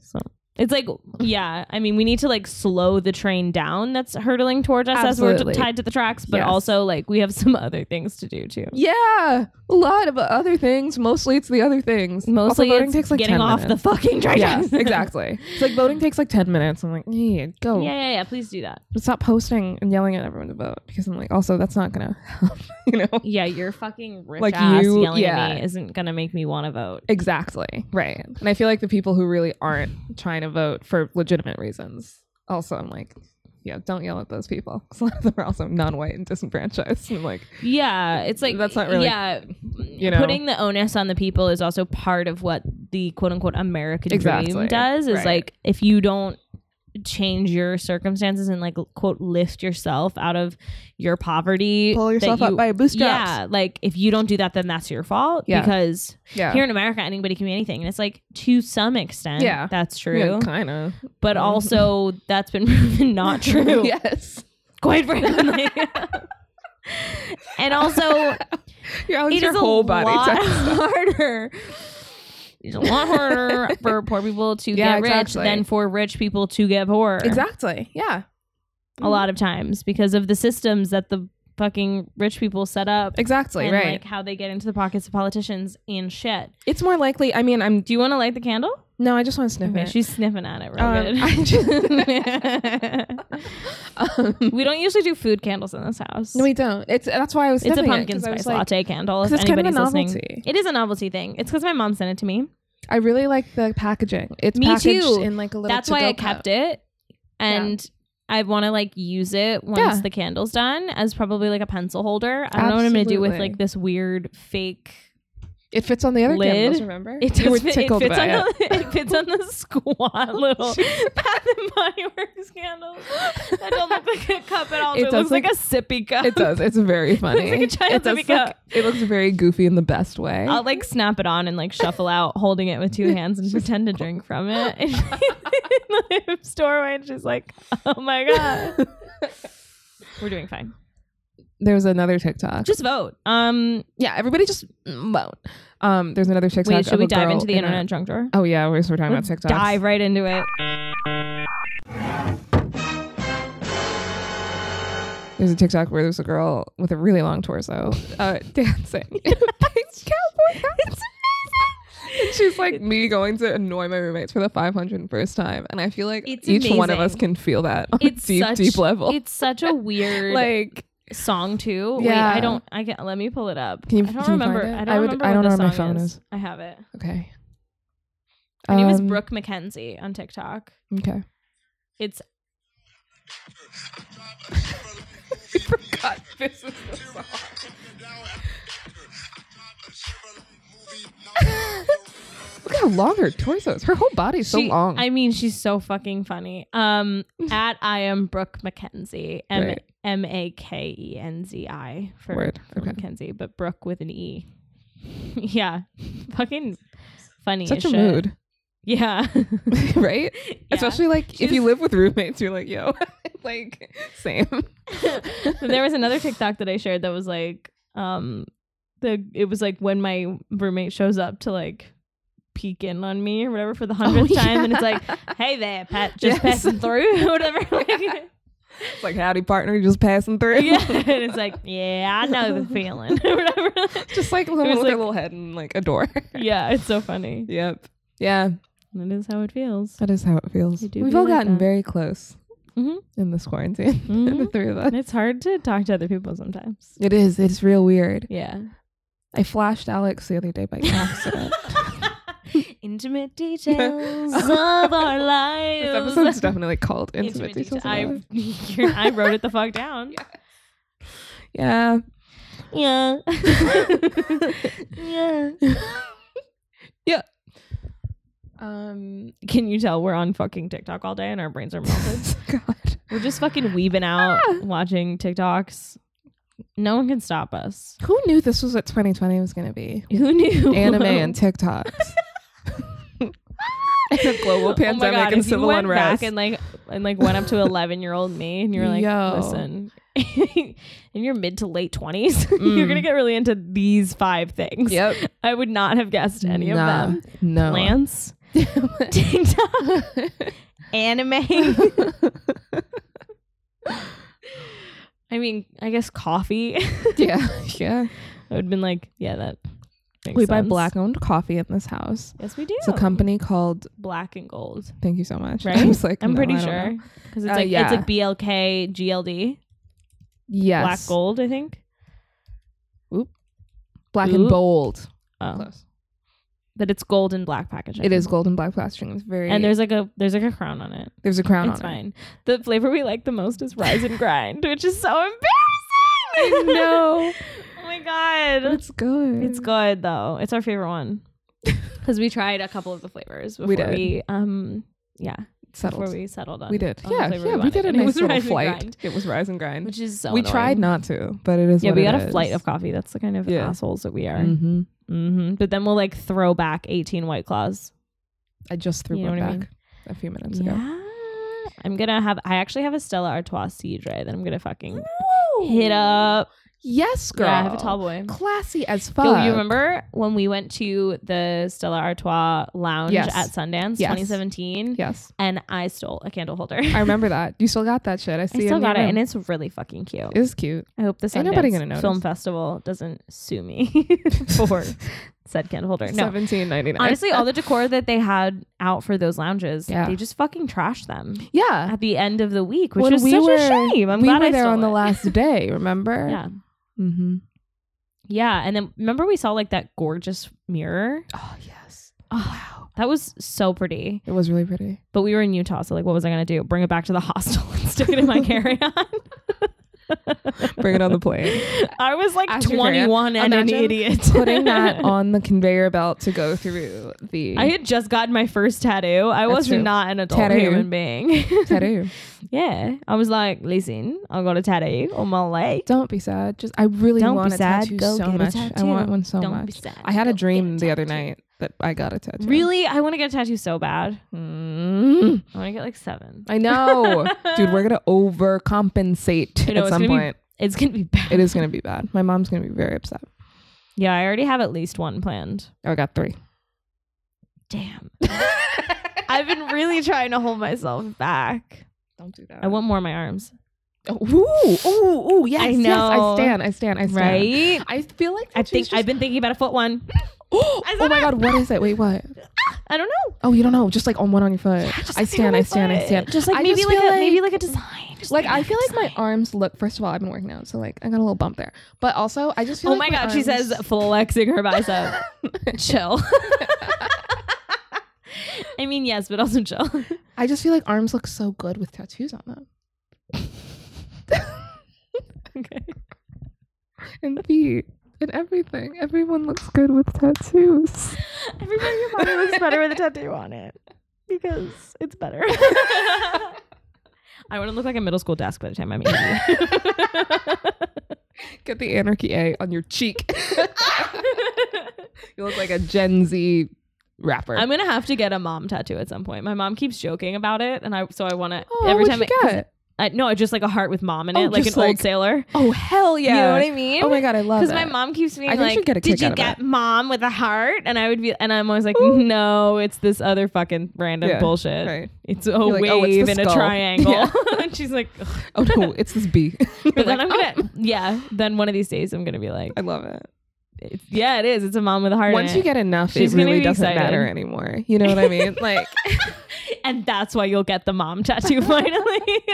Speaker 2: so It's like, yeah, I mean, we need to like slow the train down that's hurtling towards us as we're
Speaker 1: Absolutely.
Speaker 2: t- tied to the tracks, but
Speaker 1: Yes.
Speaker 2: also like we have some other things to do too.
Speaker 1: Yeah, a lot of other things. Mostly it's the other things.
Speaker 2: Mostly
Speaker 1: also, voting
Speaker 2: it's
Speaker 1: takes like
Speaker 2: getting
Speaker 1: 10
Speaker 2: off
Speaker 1: minutes.
Speaker 2: the fucking train.
Speaker 1: yeah, exactly. It's like voting takes like ten minutes. I'm like, yeah,
Speaker 2: Yeah,
Speaker 1: go.
Speaker 2: yeah, yeah. Please do that.
Speaker 1: Stop posting and yelling at everyone to vote because I'm like, also that's not gonna help. You know.
Speaker 2: Yeah, your fucking rich
Speaker 1: Like
Speaker 2: ass
Speaker 1: you-
Speaker 2: yelling
Speaker 1: yeah.
Speaker 2: at me isn't gonna make me want to vote.
Speaker 1: Exactly. Right. And I feel like the people who really aren't trying to vote for legitimate reasons. Also, I'm like, yeah, don't yell at those people. 'Cause a lot of them are also non-white and disenfranchised. I'm like,
Speaker 2: Yeah, it's like
Speaker 1: That's not really-
Speaker 2: Yeah, you
Speaker 1: know?
Speaker 2: putting the onus on the people is also part of what the quote unquote American dream
Speaker 1: Exactly.
Speaker 2: does. Is
Speaker 1: Right.
Speaker 2: like if you don't change your circumstances and like quote lift yourself out of your poverty,
Speaker 1: pull
Speaker 2: that
Speaker 1: yourself up
Speaker 2: you-
Speaker 1: by bootstraps.
Speaker 2: yeah, like if you don't do that, then that's your fault.
Speaker 1: Yeah.
Speaker 2: Because
Speaker 1: Yeah.
Speaker 2: here in America, anybody can be anything, and it's like to some extent,
Speaker 1: Yeah.
Speaker 2: that's true.
Speaker 1: yeah kind of.
Speaker 2: But
Speaker 1: Mhm.
Speaker 2: also, that's been proven not true
Speaker 1: yes.
Speaker 2: quite frankly. and also,
Speaker 1: You're out
Speaker 2: it
Speaker 1: your
Speaker 2: is a
Speaker 1: whole body.
Speaker 2: lot
Speaker 1: type.
Speaker 2: harder. It's a lot harder for poor people to
Speaker 1: Yeah,
Speaker 2: get
Speaker 1: exactly.
Speaker 2: rich than for rich people to get poor.
Speaker 1: Exactly. Yeah.
Speaker 2: A lot of times because of the systems that the fucking rich people set up.
Speaker 1: Exactly.
Speaker 2: And
Speaker 1: right.
Speaker 2: like how they get into the pockets of politicians and shit.
Speaker 1: it's more likely. I mean, I'm.
Speaker 2: Do you want to light the candle?
Speaker 1: No, I just want to sniff
Speaker 2: Okay,
Speaker 1: it.
Speaker 2: she's sniffing at it real
Speaker 1: Um, I
Speaker 2: good.
Speaker 1: Um,
Speaker 2: we don't usually do food candles in this house.
Speaker 1: no, we don't. It's that's why I was.
Speaker 2: it's a
Speaker 1: sniffing it,
Speaker 2: pumpkin
Speaker 1: 'cause I was
Speaker 2: spice
Speaker 1: like,
Speaker 2: latte candle. If
Speaker 1: 'cause it's kind of a
Speaker 2: anybody's listening,
Speaker 1: novelty.
Speaker 2: it is a novelty thing. It's because my mom sent it to me.
Speaker 1: I really like the packaging. It's
Speaker 2: Me
Speaker 1: packaged
Speaker 2: too.
Speaker 1: in like a little.
Speaker 2: That's why I kept it,
Speaker 1: Yeah.
Speaker 2: and I want to like use it once
Speaker 1: Yeah.
Speaker 2: the candle's done as probably like a pencil holder. I don't know what I'm gonna do with
Speaker 1: Absolutely.
Speaker 2: like this weird fake.
Speaker 1: It fits on the other
Speaker 2: Lid.
Speaker 1: candles. Remember,
Speaker 2: It,
Speaker 1: You were
Speaker 2: does fit, it
Speaker 1: tickled
Speaker 2: fits on
Speaker 1: by it.
Speaker 2: the it fits on the squat little Bath and Body Works candles. That don't look like a cup at all.
Speaker 1: It
Speaker 2: It, looks
Speaker 1: does
Speaker 2: like a sippy cup.
Speaker 1: It does. It's very funny.
Speaker 2: like a giant
Speaker 1: it,
Speaker 2: sippy
Speaker 1: does look-
Speaker 2: cup.
Speaker 1: it looks very goofy in the best way.
Speaker 2: I'll like snap it on and like shuffle out, holding it with two hands and pretend to drink from it. And she's in the doorway, and she's like, "Oh my god, we're doing fine.
Speaker 1: There was another TikTok.
Speaker 2: Just vote." Um,
Speaker 1: yeah, everybody just won't. Um, there's another TikTok.
Speaker 2: wait, should
Speaker 1: of
Speaker 2: we
Speaker 1: a
Speaker 2: dive
Speaker 1: girl
Speaker 2: into the
Speaker 1: in a-
Speaker 2: internet junk drawer?
Speaker 1: Oh yeah, we're, we're talking
Speaker 2: Let's
Speaker 1: about TikTok.
Speaker 2: dive right into it.
Speaker 1: There's a TikTok where there's a girl with a really long torso uh, dancing in a big cowboy hat. It's amazing. And she's like me going to annoy my roommates for the 501st time, and I feel like
Speaker 2: It's
Speaker 1: each one of
Speaker 2: amazing.
Speaker 1: us can feel that on
Speaker 2: It's
Speaker 1: a deep,
Speaker 2: such,
Speaker 1: deep level.
Speaker 2: It's such a weird
Speaker 1: like,
Speaker 2: song too.
Speaker 1: Yeah.
Speaker 2: Wait, I don't. I can Let me pull it up.
Speaker 1: Can you-
Speaker 2: I don't
Speaker 1: can you find
Speaker 2: remember.
Speaker 1: it?
Speaker 2: I don't
Speaker 1: I would-
Speaker 2: remember.
Speaker 1: I
Speaker 2: what
Speaker 1: don't
Speaker 2: the
Speaker 1: know where my
Speaker 2: song
Speaker 1: phone
Speaker 2: is.
Speaker 1: is.
Speaker 2: I have it.
Speaker 1: okay.
Speaker 2: Her name is
Speaker 1: Um,
Speaker 2: Brooke McKenzie on TikTok.
Speaker 1: Okay.
Speaker 2: It's
Speaker 1: I forgot this is the song. Look how long her torso is. Her whole body's so
Speaker 2: She-
Speaker 1: long.
Speaker 2: I mean, she's so fucking funny. Um, at I am Brooke McKenzie, M
Speaker 1: Right.
Speaker 2: M A K E N Z I for,
Speaker 1: Word.
Speaker 2: for
Speaker 1: Okay.
Speaker 2: McKenzie, but Brooke with an E. yeah, fucking funny.
Speaker 1: Such a
Speaker 2: as shit.
Speaker 1: mood,
Speaker 2: Yeah.
Speaker 1: right? Especially like if
Speaker 2: She's-
Speaker 1: you live with roommates, you're like, yo, like same.
Speaker 2: But there was another TikTok that I shared that was like, um, the it was like when my roommate shows up to like peek in on me or whatever for the hundredth time, and it's like, hey there, Pat, just
Speaker 1: Oh, Yes.
Speaker 2: passing through, or whatever. Like,
Speaker 1: It's like howdy partner, just passing through.
Speaker 2: yeah, and it's like, yeah, I know the feeling, or whatever.
Speaker 1: just like little,
Speaker 2: was
Speaker 1: with
Speaker 2: like-
Speaker 1: her little head and like a door.
Speaker 2: yeah, it's so funny.
Speaker 1: yep. Yeah,
Speaker 2: That is how it feels.
Speaker 1: that is how it feels.
Speaker 2: They do
Speaker 1: We've
Speaker 2: be
Speaker 1: all
Speaker 2: like
Speaker 1: gotten
Speaker 2: that.
Speaker 1: very close
Speaker 2: Mhm.
Speaker 1: in this quarantine. the
Speaker 2: Mhm.
Speaker 1: three of us.
Speaker 2: And it's hard to talk to other people sometimes.
Speaker 1: Mm-hmm. It is. It's real weird.
Speaker 2: Yeah.
Speaker 1: I flashed Alex the other day by accident.
Speaker 2: Intimate details of our lives.
Speaker 1: this episode's definitely called Intimate, Details. of Love.
Speaker 2: I, you're- I wrote it the fuck down.
Speaker 1: Yeah.
Speaker 2: Yeah. yeah.
Speaker 1: Um.
Speaker 2: Can you tell we're on fucking TikTok all day and our brains are melted?
Speaker 1: God.
Speaker 2: we're just fucking weaving out
Speaker 1: Ah.
Speaker 2: watching TikToks. No one can stop us.
Speaker 1: Who knew this was what 2020 was going to be?
Speaker 2: Who knew?
Speaker 1: Anime and TikToks. and a
Speaker 2: Oh
Speaker 1: global
Speaker 2: my
Speaker 1: pandemic
Speaker 2: God,
Speaker 1: and
Speaker 2: if you
Speaker 1: civil
Speaker 2: went
Speaker 1: unrest.
Speaker 2: Back and like and like went up to eleven year old me and you're like,
Speaker 1: Yo.
Speaker 2: listen, in your mid to late twenties, you're gonna get really into these five things.
Speaker 1: Mm. yep.
Speaker 2: I would not have guessed any
Speaker 1: Nah.
Speaker 2: of them.
Speaker 1: No.
Speaker 2: Plants, TikTok, anime. I mean, I guess coffee.
Speaker 1: yeah, yeah.
Speaker 2: I would have been like, yeah, that. Makes
Speaker 1: we buy
Speaker 2: sense.
Speaker 1: black owned coffee in this house.
Speaker 2: Yes, we do.
Speaker 1: It's a company called.
Speaker 2: black and gold.
Speaker 1: Thank you so much. I
Speaker 2: Right?
Speaker 1: was like,
Speaker 2: I'm
Speaker 1: no,
Speaker 2: pretty
Speaker 1: I don't
Speaker 2: sure
Speaker 1: know.
Speaker 2: because it's
Speaker 1: Uh,
Speaker 2: like it's
Speaker 1: yeah.
Speaker 2: a BLK GLD
Speaker 1: Yes.
Speaker 2: black gold. I think.
Speaker 1: Black
Speaker 2: Ooh.
Speaker 1: and bold.
Speaker 2: Oh,
Speaker 1: Close.
Speaker 2: that it's gold and black packaging.
Speaker 1: It is gold and black plastering. It's very.
Speaker 2: and there's like a there's like a crown on it.
Speaker 1: there's a crown
Speaker 2: it's
Speaker 1: on it.
Speaker 2: fine. The flavor we like the most is rise and grind, which is so embarrassing.
Speaker 1: No,
Speaker 2: oh my god, it's,
Speaker 1: it's good.
Speaker 2: good though. It's our favorite one because we tried a couple of the flavors before
Speaker 1: We
Speaker 2: we,
Speaker 1: did.
Speaker 2: um yeah
Speaker 1: settled.
Speaker 2: before we settled on
Speaker 1: We did.
Speaker 2: on the
Speaker 1: Yeah,
Speaker 2: flavor
Speaker 1: yeah. We
Speaker 2: wanted,
Speaker 1: did a
Speaker 2: and it
Speaker 1: nice
Speaker 2: was
Speaker 1: little
Speaker 2: Rise and
Speaker 1: flight.
Speaker 2: Grind,
Speaker 1: It was rise and grind.
Speaker 2: which is so
Speaker 1: we
Speaker 2: annoying.
Speaker 1: tried not to, but it is.
Speaker 2: Yeah,
Speaker 1: what
Speaker 2: we
Speaker 1: it
Speaker 2: got a
Speaker 1: is.
Speaker 2: flight of coffee. That's the kind of
Speaker 1: Yeah.
Speaker 2: assholes that we are.
Speaker 1: Mhm.
Speaker 2: hmm But then we'll like throw back 18 White Claws.
Speaker 1: I just threw
Speaker 2: You know
Speaker 1: one
Speaker 2: what I
Speaker 1: back
Speaker 2: mean?
Speaker 1: a few minutes ago.
Speaker 2: Yeah. I'm going to have, I actually have a Stella Artois siege right that I'm going to fucking hit up.
Speaker 1: Yes, girl.
Speaker 2: Yeah, I have a tall boy.
Speaker 1: Classy as fuck.
Speaker 2: Yo, you remember when we went to the Stella Artois lounge
Speaker 1: Yes.
Speaker 2: at Sundance
Speaker 1: Yes.
Speaker 2: 2017?
Speaker 1: Yes,
Speaker 2: And I stole a candle holder.
Speaker 1: I remember that. You still got that shit. I see.
Speaker 2: I
Speaker 1: it
Speaker 2: still
Speaker 1: in your
Speaker 2: got it,
Speaker 1: room.
Speaker 2: and it's really fucking cute.
Speaker 1: It is cute.
Speaker 2: I hope the Sundance
Speaker 1: Ain't nobody gonna
Speaker 2: Film
Speaker 1: notice.
Speaker 2: Festival doesn't sue me for said candle holder. No,
Speaker 1: Seventeen ninety nine.
Speaker 2: honestly, all the decor that they had out for those lounges,
Speaker 1: Yeah.
Speaker 2: they just fucking trashed them
Speaker 1: yeah.
Speaker 2: at the end of the week, which
Speaker 1: When
Speaker 2: was
Speaker 1: we
Speaker 2: such
Speaker 1: were-
Speaker 2: a shame. I'm
Speaker 1: we
Speaker 2: glad
Speaker 1: were
Speaker 2: I
Speaker 1: there
Speaker 2: stole
Speaker 1: on the
Speaker 2: it.
Speaker 1: last day. Remember?
Speaker 2: Yeah,
Speaker 1: Mm-hmm.
Speaker 2: yeah, and then remember we saw like that gorgeous mirror.
Speaker 1: Oh yes.
Speaker 2: wow, that was so pretty.
Speaker 1: It was really pretty.
Speaker 2: But we were in Utah, so like, what was I gonna do? Bring it back to the hostel and stick it in my carry-on?
Speaker 1: Bring it on the plane.
Speaker 2: I was like
Speaker 1: Ask your
Speaker 2: 21 and an
Speaker 1: Imagine
Speaker 2: idiot.
Speaker 1: Putting that on the conveyor belt to go through the
Speaker 2: I had just gotten my first tattoo. I
Speaker 1: That's
Speaker 2: was
Speaker 1: true.
Speaker 2: not an adult
Speaker 1: Tattoo.
Speaker 2: human being.
Speaker 1: tattoo.
Speaker 2: yeah, I was like, listen, I got a tattoo on my leg.
Speaker 1: Don't be sad. Just I really
Speaker 2: Don't
Speaker 1: want
Speaker 2: be
Speaker 1: a
Speaker 2: sad.
Speaker 1: tattoo
Speaker 2: Go
Speaker 1: so
Speaker 2: get a
Speaker 1: much. I want
Speaker 2: tattoo.
Speaker 1: one so
Speaker 2: Don't be
Speaker 1: much.
Speaker 2: sad.
Speaker 1: I had a
Speaker 2: Go get
Speaker 1: dream the other
Speaker 2: tattoo.
Speaker 1: night that I got a tattoo.
Speaker 2: Really? I want to get a tattoo so bad.
Speaker 1: Mm.
Speaker 2: I want to get like seven.
Speaker 1: I know, dude. We're gonna overcompensate
Speaker 2: I know,
Speaker 1: at
Speaker 2: it's gonna
Speaker 1: some
Speaker 2: be-
Speaker 1: point.
Speaker 2: It's going to be bad.
Speaker 1: It is gonna be bad. My mom's gonna be very upset. Oh,
Speaker 2: Yeah, I already have at least one planned.
Speaker 1: I got three.
Speaker 2: Damn. I've been really trying to hold myself back.
Speaker 1: Don't do that.
Speaker 2: I want more on my arms.
Speaker 1: Oh, ooh, ooh, ooh, yes,
Speaker 2: I
Speaker 1: yes. I
Speaker 2: know.
Speaker 1: stand. I stand. I stand.
Speaker 2: Right?
Speaker 1: I feel like
Speaker 2: I
Speaker 1: tattoos
Speaker 2: think
Speaker 1: just-
Speaker 2: I've been thinking about a foot one.
Speaker 1: Oh,
Speaker 2: I saw
Speaker 1: oh my
Speaker 2: that.
Speaker 1: god, what is it? Wait, what?
Speaker 2: I don't know.
Speaker 1: Oh, you don't know. Just like on one on your foot.
Speaker 2: Just
Speaker 1: I
Speaker 2: a thing on
Speaker 1: stand.
Speaker 2: my
Speaker 1: I stand. I
Speaker 2: foot.
Speaker 1: stand.
Speaker 2: Just like
Speaker 1: I
Speaker 2: maybe
Speaker 1: just
Speaker 2: like,
Speaker 1: feel
Speaker 2: a, maybe like a design. Just
Speaker 1: Like
Speaker 2: maybe
Speaker 1: I feel like my
Speaker 2: design.
Speaker 1: arms look. First of all, I've been working out, so like I got a little bump there. But also, I just feel.
Speaker 2: Oh my
Speaker 1: like
Speaker 2: god, she
Speaker 1: arms-
Speaker 2: says flexing her bicep. chill. I mean, yes, but also chill.
Speaker 1: I just feel like arms look so good with tattoos on them.
Speaker 2: okay.
Speaker 1: and feet and everything. Everyone looks good with tattoos.
Speaker 2: Everybody, your body looks better with a tattoo on it because it's better. I want to look like a middle school desk by the time I'm 80.
Speaker 1: Get the anarchy A on your cheek. you look like a Gen Z rapper.
Speaker 2: I'm gonna have to get a mom tattoo at some point. My mom keeps joking about it, and I so I want to
Speaker 1: oh,
Speaker 2: every
Speaker 1: what'd
Speaker 2: time.
Speaker 1: you
Speaker 2: it, 'cause
Speaker 1: get?
Speaker 2: I, no, just like a heart with mom in it,
Speaker 1: Oh,
Speaker 2: like an
Speaker 1: just
Speaker 2: old
Speaker 1: like-
Speaker 2: sailor.
Speaker 1: Oh hell yeah!
Speaker 2: You know what I mean?
Speaker 1: Oh my god, I love it.
Speaker 2: Because my mom keeps being
Speaker 1: I think she'd
Speaker 2: like,
Speaker 1: get a
Speaker 2: "Did
Speaker 1: kick
Speaker 2: you
Speaker 1: out of
Speaker 2: get
Speaker 1: it.
Speaker 2: mom with a heart?" And I would be, and I'm always like, "No, it's this other fucking random
Speaker 1: Yeah,
Speaker 2: bullshit.
Speaker 1: Right.
Speaker 2: It's a
Speaker 1: like,
Speaker 2: wave
Speaker 1: "Oh, it's the
Speaker 2: and a
Speaker 1: skull."
Speaker 2: triangle."
Speaker 1: Yeah.
Speaker 2: and she's like, "Ugh."
Speaker 1: Oh no, it's this B.
Speaker 2: "But then I'm gonna, yeah. Then one of these days, I'm gonna be like,
Speaker 1: I love it.
Speaker 2: it's, "Yeah, it is. It's a mom with a heart."
Speaker 1: Once
Speaker 2: in
Speaker 1: you
Speaker 2: it.
Speaker 1: get enough,
Speaker 2: She's
Speaker 1: it
Speaker 2: gonna
Speaker 1: really
Speaker 2: be
Speaker 1: doesn't
Speaker 2: excited.
Speaker 1: matter anymore. You know what I mean? Like,
Speaker 2: and that's why you'll get the mom tattoo finally,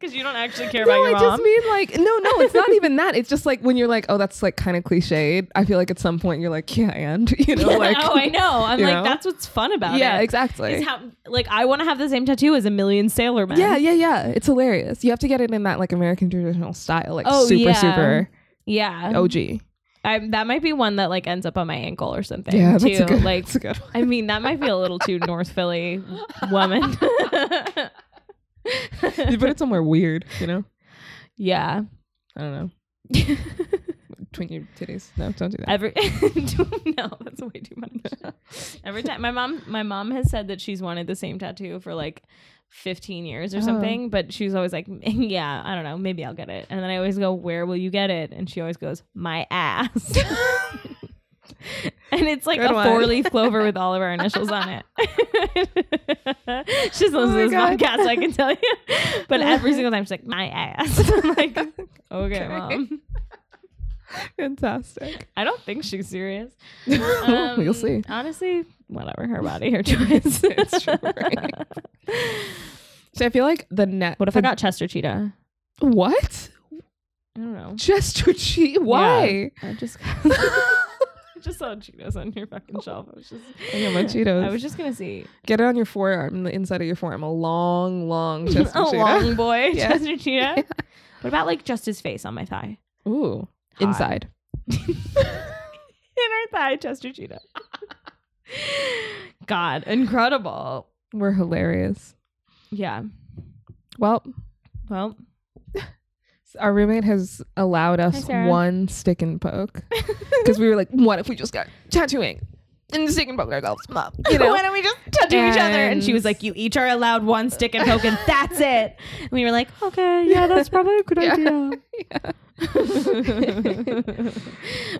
Speaker 2: because you don't actually care about
Speaker 1: no,
Speaker 2: your
Speaker 1: I
Speaker 2: mom.
Speaker 1: just mean like, no, no, it's not even that. It's just like when you're like, oh, that's like kind of cliched. I feel like at some point you're like, yeah, and you know, like,
Speaker 2: oh, I know. I'm
Speaker 1: you
Speaker 2: like,
Speaker 1: know?
Speaker 2: that's what's fun about
Speaker 1: yeah,
Speaker 2: it.
Speaker 1: exactly.
Speaker 2: Is how like I want to have the same tattoo as a million sailor men.
Speaker 1: Yeah, yeah, yeah. It's hilarious. You have to get it in that like American traditional style, like
Speaker 2: Oh,
Speaker 1: super,
Speaker 2: yeah.
Speaker 1: super
Speaker 2: yeah.
Speaker 1: OG.
Speaker 2: I, that might be one that like ends up on my ankle or something.
Speaker 1: yeah, that's
Speaker 2: too.
Speaker 1: a good.
Speaker 2: like
Speaker 1: that's a good one.
Speaker 2: I mean, that might be a little too North Philly woman.
Speaker 1: You put it somewhere weird, you know?
Speaker 2: yeah.
Speaker 1: I don't know. Between your titties. No, don't do that.
Speaker 2: Every no, that's way too much. Every time my mom, my mom has said that she's wanted the same tattoo for like. 15 years or
Speaker 1: Oh.
Speaker 2: something, but she's always like, Yeah, I don't know, maybe I'll get it. And then I always go, Where will you get it? And she always goes, My ass. and it's like
Speaker 1: Good
Speaker 2: a
Speaker 1: one.
Speaker 2: four leaf clover with all of our initials on it. she's listening
Speaker 1: Oh
Speaker 2: to
Speaker 1: my
Speaker 2: this
Speaker 1: God.
Speaker 2: podcast, I can tell you. But every single time she's like, my ass. I'm like, okay, mom.
Speaker 1: Fantastic.
Speaker 2: I don't think she's serious.
Speaker 1: we'll
Speaker 2: Um,
Speaker 1: see.
Speaker 2: Honestly, whatever. Her body, her choice.
Speaker 1: It's true, right? So I feel like the net.
Speaker 2: What if I got Chester Cheetah?
Speaker 1: what?
Speaker 2: I don't know.
Speaker 1: Chester cheat? Why?
Speaker 2: I just I just saw Cheetos on your fucking shelf. I was just
Speaker 1: Oh. I got my Cheetos.
Speaker 2: I was just gonna see
Speaker 1: Get it on your forearm, the inside of your forearm, a long, long Chester
Speaker 2: a
Speaker 1: cheetah.
Speaker 2: long boy
Speaker 1: Yeah.
Speaker 2: Chester Cheetah. What about like just his face on my thigh?
Speaker 1: Ooh,
Speaker 2: Hot.
Speaker 1: inside.
Speaker 2: Inner thigh Chester Cheetah. God, incredible.
Speaker 1: We're hilarious.
Speaker 2: Yeah.
Speaker 1: Well,
Speaker 2: Well,
Speaker 1: our roommate has allowed us
Speaker 2: Sarah.
Speaker 1: one stick and poke because we were like, what if we just got tattooing and stick and poke ourselves? Mom, you know.
Speaker 2: why don't we just touch each other? And she was
Speaker 1: And-
Speaker 2: like, "You each are allowed one stick and poke, and that's it." And we were like, "Okay, yeah, that's probably a good
Speaker 1: Yeah.
Speaker 2: idea."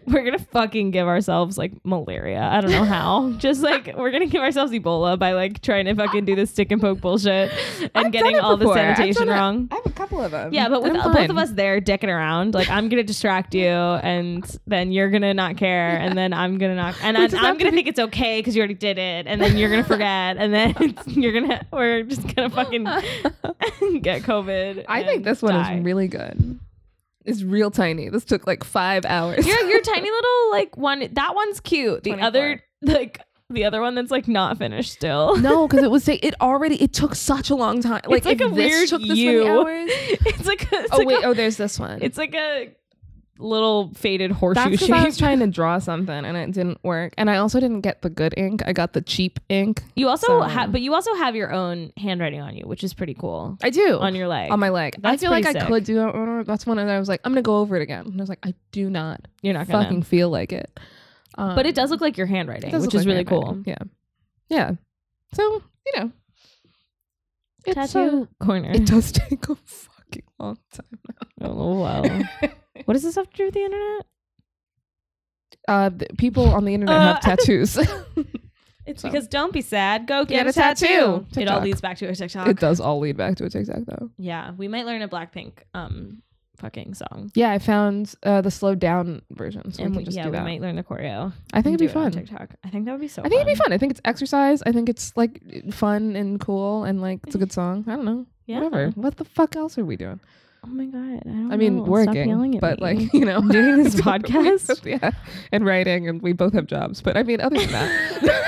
Speaker 2: we're gonna fucking give ourselves like malaria. I don't know how. Just like we're gonna give ourselves Ebola by like trying to fucking do this stick and poke bullshit and
Speaker 1: I've done
Speaker 2: getting
Speaker 1: it
Speaker 2: all the
Speaker 1: before. I've
Speaker 2: sanitation
Speaker 1: done it.
Speaker 2: wrong.
Speaker 1: I have a couple of them.
Speaker 2: Yeah, but with
Speaker 1: I'm
Speaker 2: both
Speaker 1: fine.
Speaker 2: of us there dicking around, like I'm gonna distract you, and then you're gonna not care, and then I'm gonna not, and
Speaker 1: We
Speaker 2: I'm,
Speaker 1: just
Speaker 2: I'm
Speaker 1: have to
Speaker 2: gonna
Speaker 1: be-
Speaker 2: think it's okay because you already did it, and then you're gonna forget, and then it's, you're gonna, we're just gonna fucking get COVID.
Speaker 1: I think
Speaker 2: and
Speaker 1: this one
Speaker 2: die.
Speaker 1: is really good. It's real tiny. This took like five hours.
Speaker 2: Your your tiny little like one. That one's cute. The
Speaker 1: 24.
Speaker 2: other like the other one that's like not finished still.
Speaker 1: no, because it was ta- it already it took such a long time. Like,
Speaker 2: it's like
Speaker 1: if
Speaker 2: a
Speaker 1: this
Speaker 2: weird
Speaker 1: took this
Speaker 2: you.
Speaker 1: many hours.
Speaker 2: it's like a, it's
Speaker 1: oh
Speaker 2: like
Speaker 1: wait,
Speaker 2: a,
Speaker 1: oh there's this one.
Speaker 2: it's like a little faded horseshoe
Speaker 1: That's because I
Speaker 2: shape.
Speaker 1: was trying to draw something and it didn't work. And I also didn't get the good ink. I got the cheap ink.
Speaker 2: You also
Speaker 1: So-
Speaker 2: have, but you also have your own handwriting on you, which is pretty cool
Speaker 1: I do
Speaker 2: on your leg.
Speaker 1: on my leg. I
Speaker 2: That's
Speaker 1: feel like
Speaker 2: pretty
Speaker 1: I
Speaker 2: sick.
Speaker 1: could do it. or- That's one that I was like, I'm gonna go over it again. And I was like, I do not
Speaker 2: You're not gonna,
Speaker 1: fucking feel like it. Um,
Speaker 2: but it does look like your handwriting,
Speaker 1: does
Speaker 2: which
Speaker 1: look
Speaker 2: is
Speaker 1: like
Speaker 2: really cool.
Speaker 1: handwriting. Yeah, yeah. So you know, it's, uh,
Speaker 2: Tattoo corner.
Speaker 1: it does take a fucking long time.
Speaker 2: oh wow. what does this have to do with the internet?
Speaker 1: Uh, the people on the internet
Speaker 2: Uh,
Speaker 1: have tattoos.
Speaker 2: It's
Speaker 1: So.
Speaker 2: because don't be sad. Go get,
Speaker 1: Get a
Speaker 2: a tattoo.
Speaker 1: tattoo.
Speaker 2: It all
Speaker 1: TikTok.
Speaker 2: leads back to a TikTok.
Speaker 1: it does all lead back to a TikTok though.
Speaker 2: Yeah, we might learn a Blackpink um fucking song.
Speaker 1: Yeah, I found uh, the slowed down version, so we
Speaker 2: and
Speaker 1: can
Speaker 2: we,
Speaker 1: just
Speaker 2: yeah,
Speaker 1: do
Speaker 2: we
Speaker 1: that.
Speaker 2: might learn the choreo.
Speaker 1: I
Speaker 2: and
Speaker 1: think it'd be
Speaker 2: do it on
Speaker 1: fun.
Speaker 2: TikTok. um, I think that would be so.
Speaker 1: I think it'd be fun. I think it's exercise. I think it's like fun and cool, and like it's a good song. I don't know.
Speaker 2: Mm. Yeah.
Speaker 1: Whatever. What the fuck else are we doing?
Speaker 2: Oh my god. I, don't
Speaker 1: I mean,
Speaker 2: know. Stop yelling
Speaker 1: working,
Speaker 2: at
Speaker 1: but
Speaker 2: me.
Speaker 1: like you know,
Speaker 2: Doing this
Speaker 1: it's what we
Speaker 2: podcast?
Speaker 1: both- yeah, and writing, and we both have jobs. But I mean, other than that,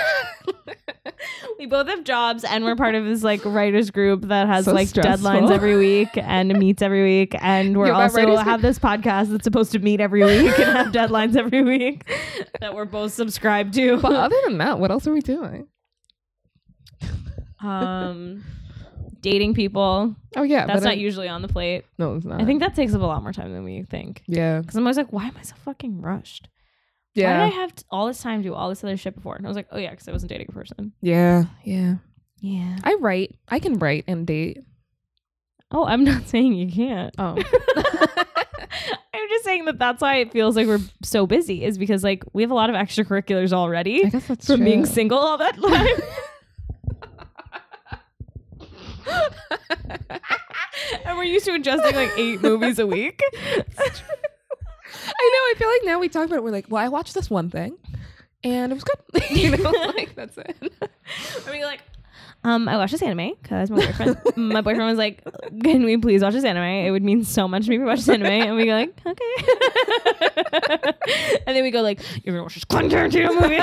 Speaker 2: we both have jobs and we're part of this like writers group that has
Speaker 1: So
Speaker 2: like
Speaker 1: stressful.
Speaker 2: deadlines every week and meets every week and we're
Speaker 1: You're about
Speaker 2: also
Speaker 1: writers group?
Speaker 2: have this podcast that's supposed to meet every week and have deadlines every week that we're both subscribed to
Speaker 1: but other than that, what else are we doing?
Speaker 2: um dating people
Speaker 1: Oh yeah,
Speaker 2: that's
Speaker 1: but
Speaker 2: not
Speaker 1: I-
Speaker 2: usually on the plate
Speaker 1: No, it's not.
Speaker 2: i think that takes up a lot more time than we think
Speaker 1: Yeah,
Speaker 2: because i'm always like why am i so fucking rushed why
Speaker 1: yeah,
Speaker 2: did i have t- all this time to do all this other shit before and i was like oh yeah because i wasn't dating a person
Speaker 1: yeah, yeah.
Speaker 2: yeah
Speaker 1: I write. I can write and date.
Speaker 2: oh i'm not saying you can't
Speaker 1: Oh,
Speaker 2: I'm just saying that that's why it feels like we're so busy is because like we have a lot of extracurriculars already
Speaker 1: I guess that's
Speaker 2: from
Speaker 1: true.
Speaker 2: being single all that time. and we're used to adjusting like eight movies a week.
Speaker 1: I know. I feel like now we talk about it. We're like, well, I watched this one thing, and it was good. you know, like that's it.
Speaker 2: I mean, like, um, I watched this anime because my boyfriend, my boyfriend was like, "Can we please watch this anime? It would mean so much to me if we watch this anime." And we go like, "Okay," and then we go like, "You're gonna watch this Quentin Tarantino movie."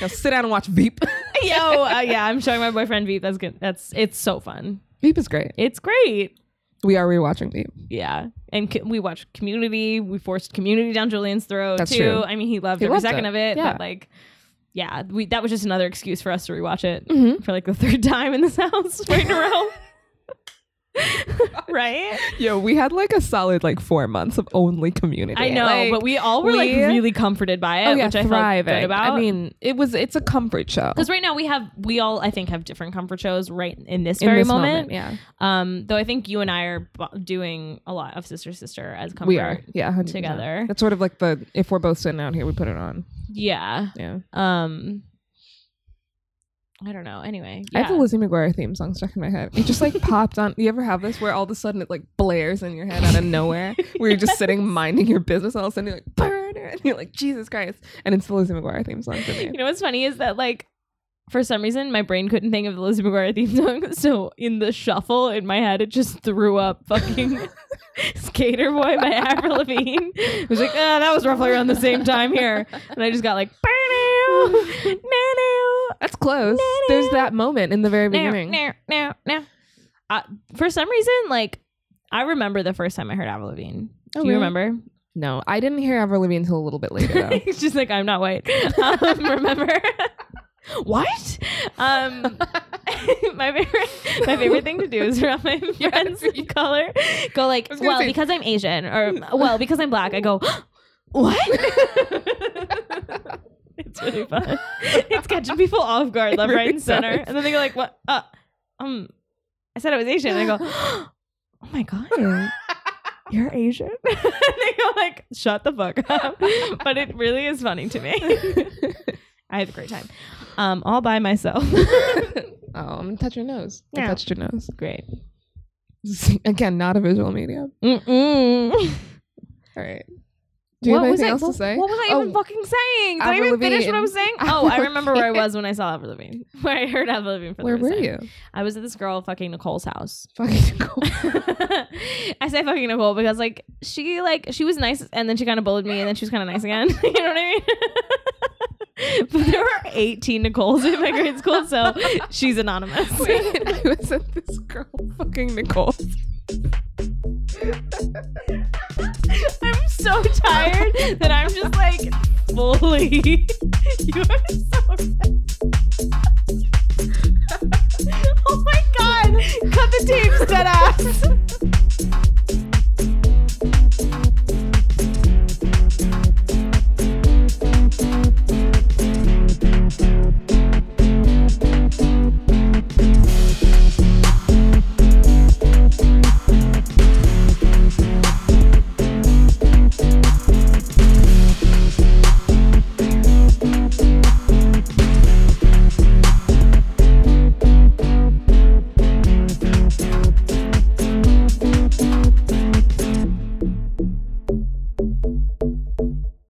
Speaker 1: Now sit down and watch Veep.
Speaker 2: Yo, uh, yeah, I'm showing my boyfriend Veep. That's good. That's it's so fun.
Speaker 1: Veep is great.
Speaker 2: It's great.
Speaker 1: We are rewatching Veep.
Speaker 2: Yeah, and co- we watched Community. We forced Community down Julian's throat
Speaker 1: That's
Speaker 2: too.
Speaker 1: true.
Speaker 2: I mean, he loved
Speaker 1: He
Speaker 2: every
Speaker 1: loved
Speaker 2: second
Speaker 1: it.
Speaker 2: of it.
Speaker 1: Yeah.
Speaker 2: But like, yeah, we that was just another excuse for us to rewatch it
Speaker 1: Mhm.
Speaker 2: for like the third time in this house right in a row. right?
Speaker 1: Yo, we had like a solid like four months of only community.
Speaker 2: I know,
Speaker 1: Like,
Speaker 2: but we all were
Speaker 1: we-
Speaker 2: like really comforted by it,
Speaker 1: oh yeah,
Speaker 2: which I
Speaker 1: thriving.
Speaker 2: felt good about.
Speaker 1: I mean, it was it's a comfort show.
Speaker 2: because right now we have we all I think have different comfort shows right in this
Speaker 1: In
Speaker 2: very
Speaker 1: this
Speaker 2: moment.
Speaker 1: yeah,
Speaker 2: Um, though I think you and I are b- doing a lot of sister sister as comfort.
Speaker 1: we are. Yeah, 100%.
Speaker 2: together.
Speaker 1: That's sort of like the if we're both sitting out here, we put it on.
Speaker 2: Yeah.
Speaker 1: Yeah.
Speaker 2: Um. I don't know. Anyway,
Speaker 1: I have a
Speaker 2: yeah.
Speaker 1: Lizzie McGuire theme song stuck in my head. It just like popped on. You ever have this where all of a sudden it like blares in your head out of nowhere, where you're just sitting minding your business, all of a sudden you're like burner, and you're like Jesus Christ, and it's the Lizzie McGuire theme song for me.
Speaker 2: You know what's funny is that like for some reason my brain couldn't think of the Lizzie McGuire theme song, so in the shuffle in my head it just threw up fucking Skater Boy by Avril Lavigne. It was like, ah, that was roughly around the same time here, and I just got like, "Bow, now,
Speaker 1: That's close. There's that moment in the very
Speaker 2: now,
Speaker 1: beginning.
Speaker 2: now, now, now." Uh, for some reason, like I remember the first time I heard Avril Lavigne. Do
Speaker 1: Oh,
Speaker 2: you
Speaker 1: really?
Speaker 2: remember?
Speaker 1: No, I didn't hear Avril Lavigne until a little bit later. Though.
Speaker 2: It's just like I'm not white. Um, remember what? Um, my favorite, my favorite thing to do is around my friends of color go like,
Speaker 1: I was gonna
Speaker 2: well,
Speaker 1: say-
Speaker 2: because I'm Asian or well, because I'm black. I go, what? it's really fun. It's catching people off guard, left, right, and center, and then they go like, what? Uh, um, I said I was Asian. And I go, oh my god. You're Asian. and they go like, shut the fuck up. but it really is funny to me. I had a great time. Um, all by myself.
Speaker 1: oh, I'm gonna touch your nose. I
Speaker 2: Yeah.
Speaker 1: touched your nose.
Speaker 2: great.
Speaker 1: Again, not a visual medium.
Speaker 2: Mm-mm.
Speaker 1: All right. Do you have anything else
Speaker 2: I,
Speaker 1: to say?
Speaker 2: What was I even
Speaker 1: Oh,
Speaker 2: fucking saying? Did I
Speaker 1: Avril
Speaker 2: even finish what I
Speaker 1: Lavigne.
Speaker 2: was saying? Oh, I
Speaker 1: Avril
Speaker 2: remember where I was when I saw Avril Lavigne. Where I heard Avril Lavigne for the
Speaker 1: where
Speaker 2: first
Speaker 1: were
Speaker 2: time.
Speaker 1: you?
Speaker 2: I was at this girl fucking Nicole's house.
Speaker 1: Fucking cool.
Speaker 2: I say fucking Nicole because like she like she was nice and then she kind of bullied me and then she was kind of nice again. you know what I mean? but there were 18 Nicoles in my grade school, so she's anonymous.
Speaker 1: Wait, I was at this girl fucking Nicole's.
Speaker 2: I'm so tired that I'm just like fully. you are so. oh my god! Cut the tapes, deadass.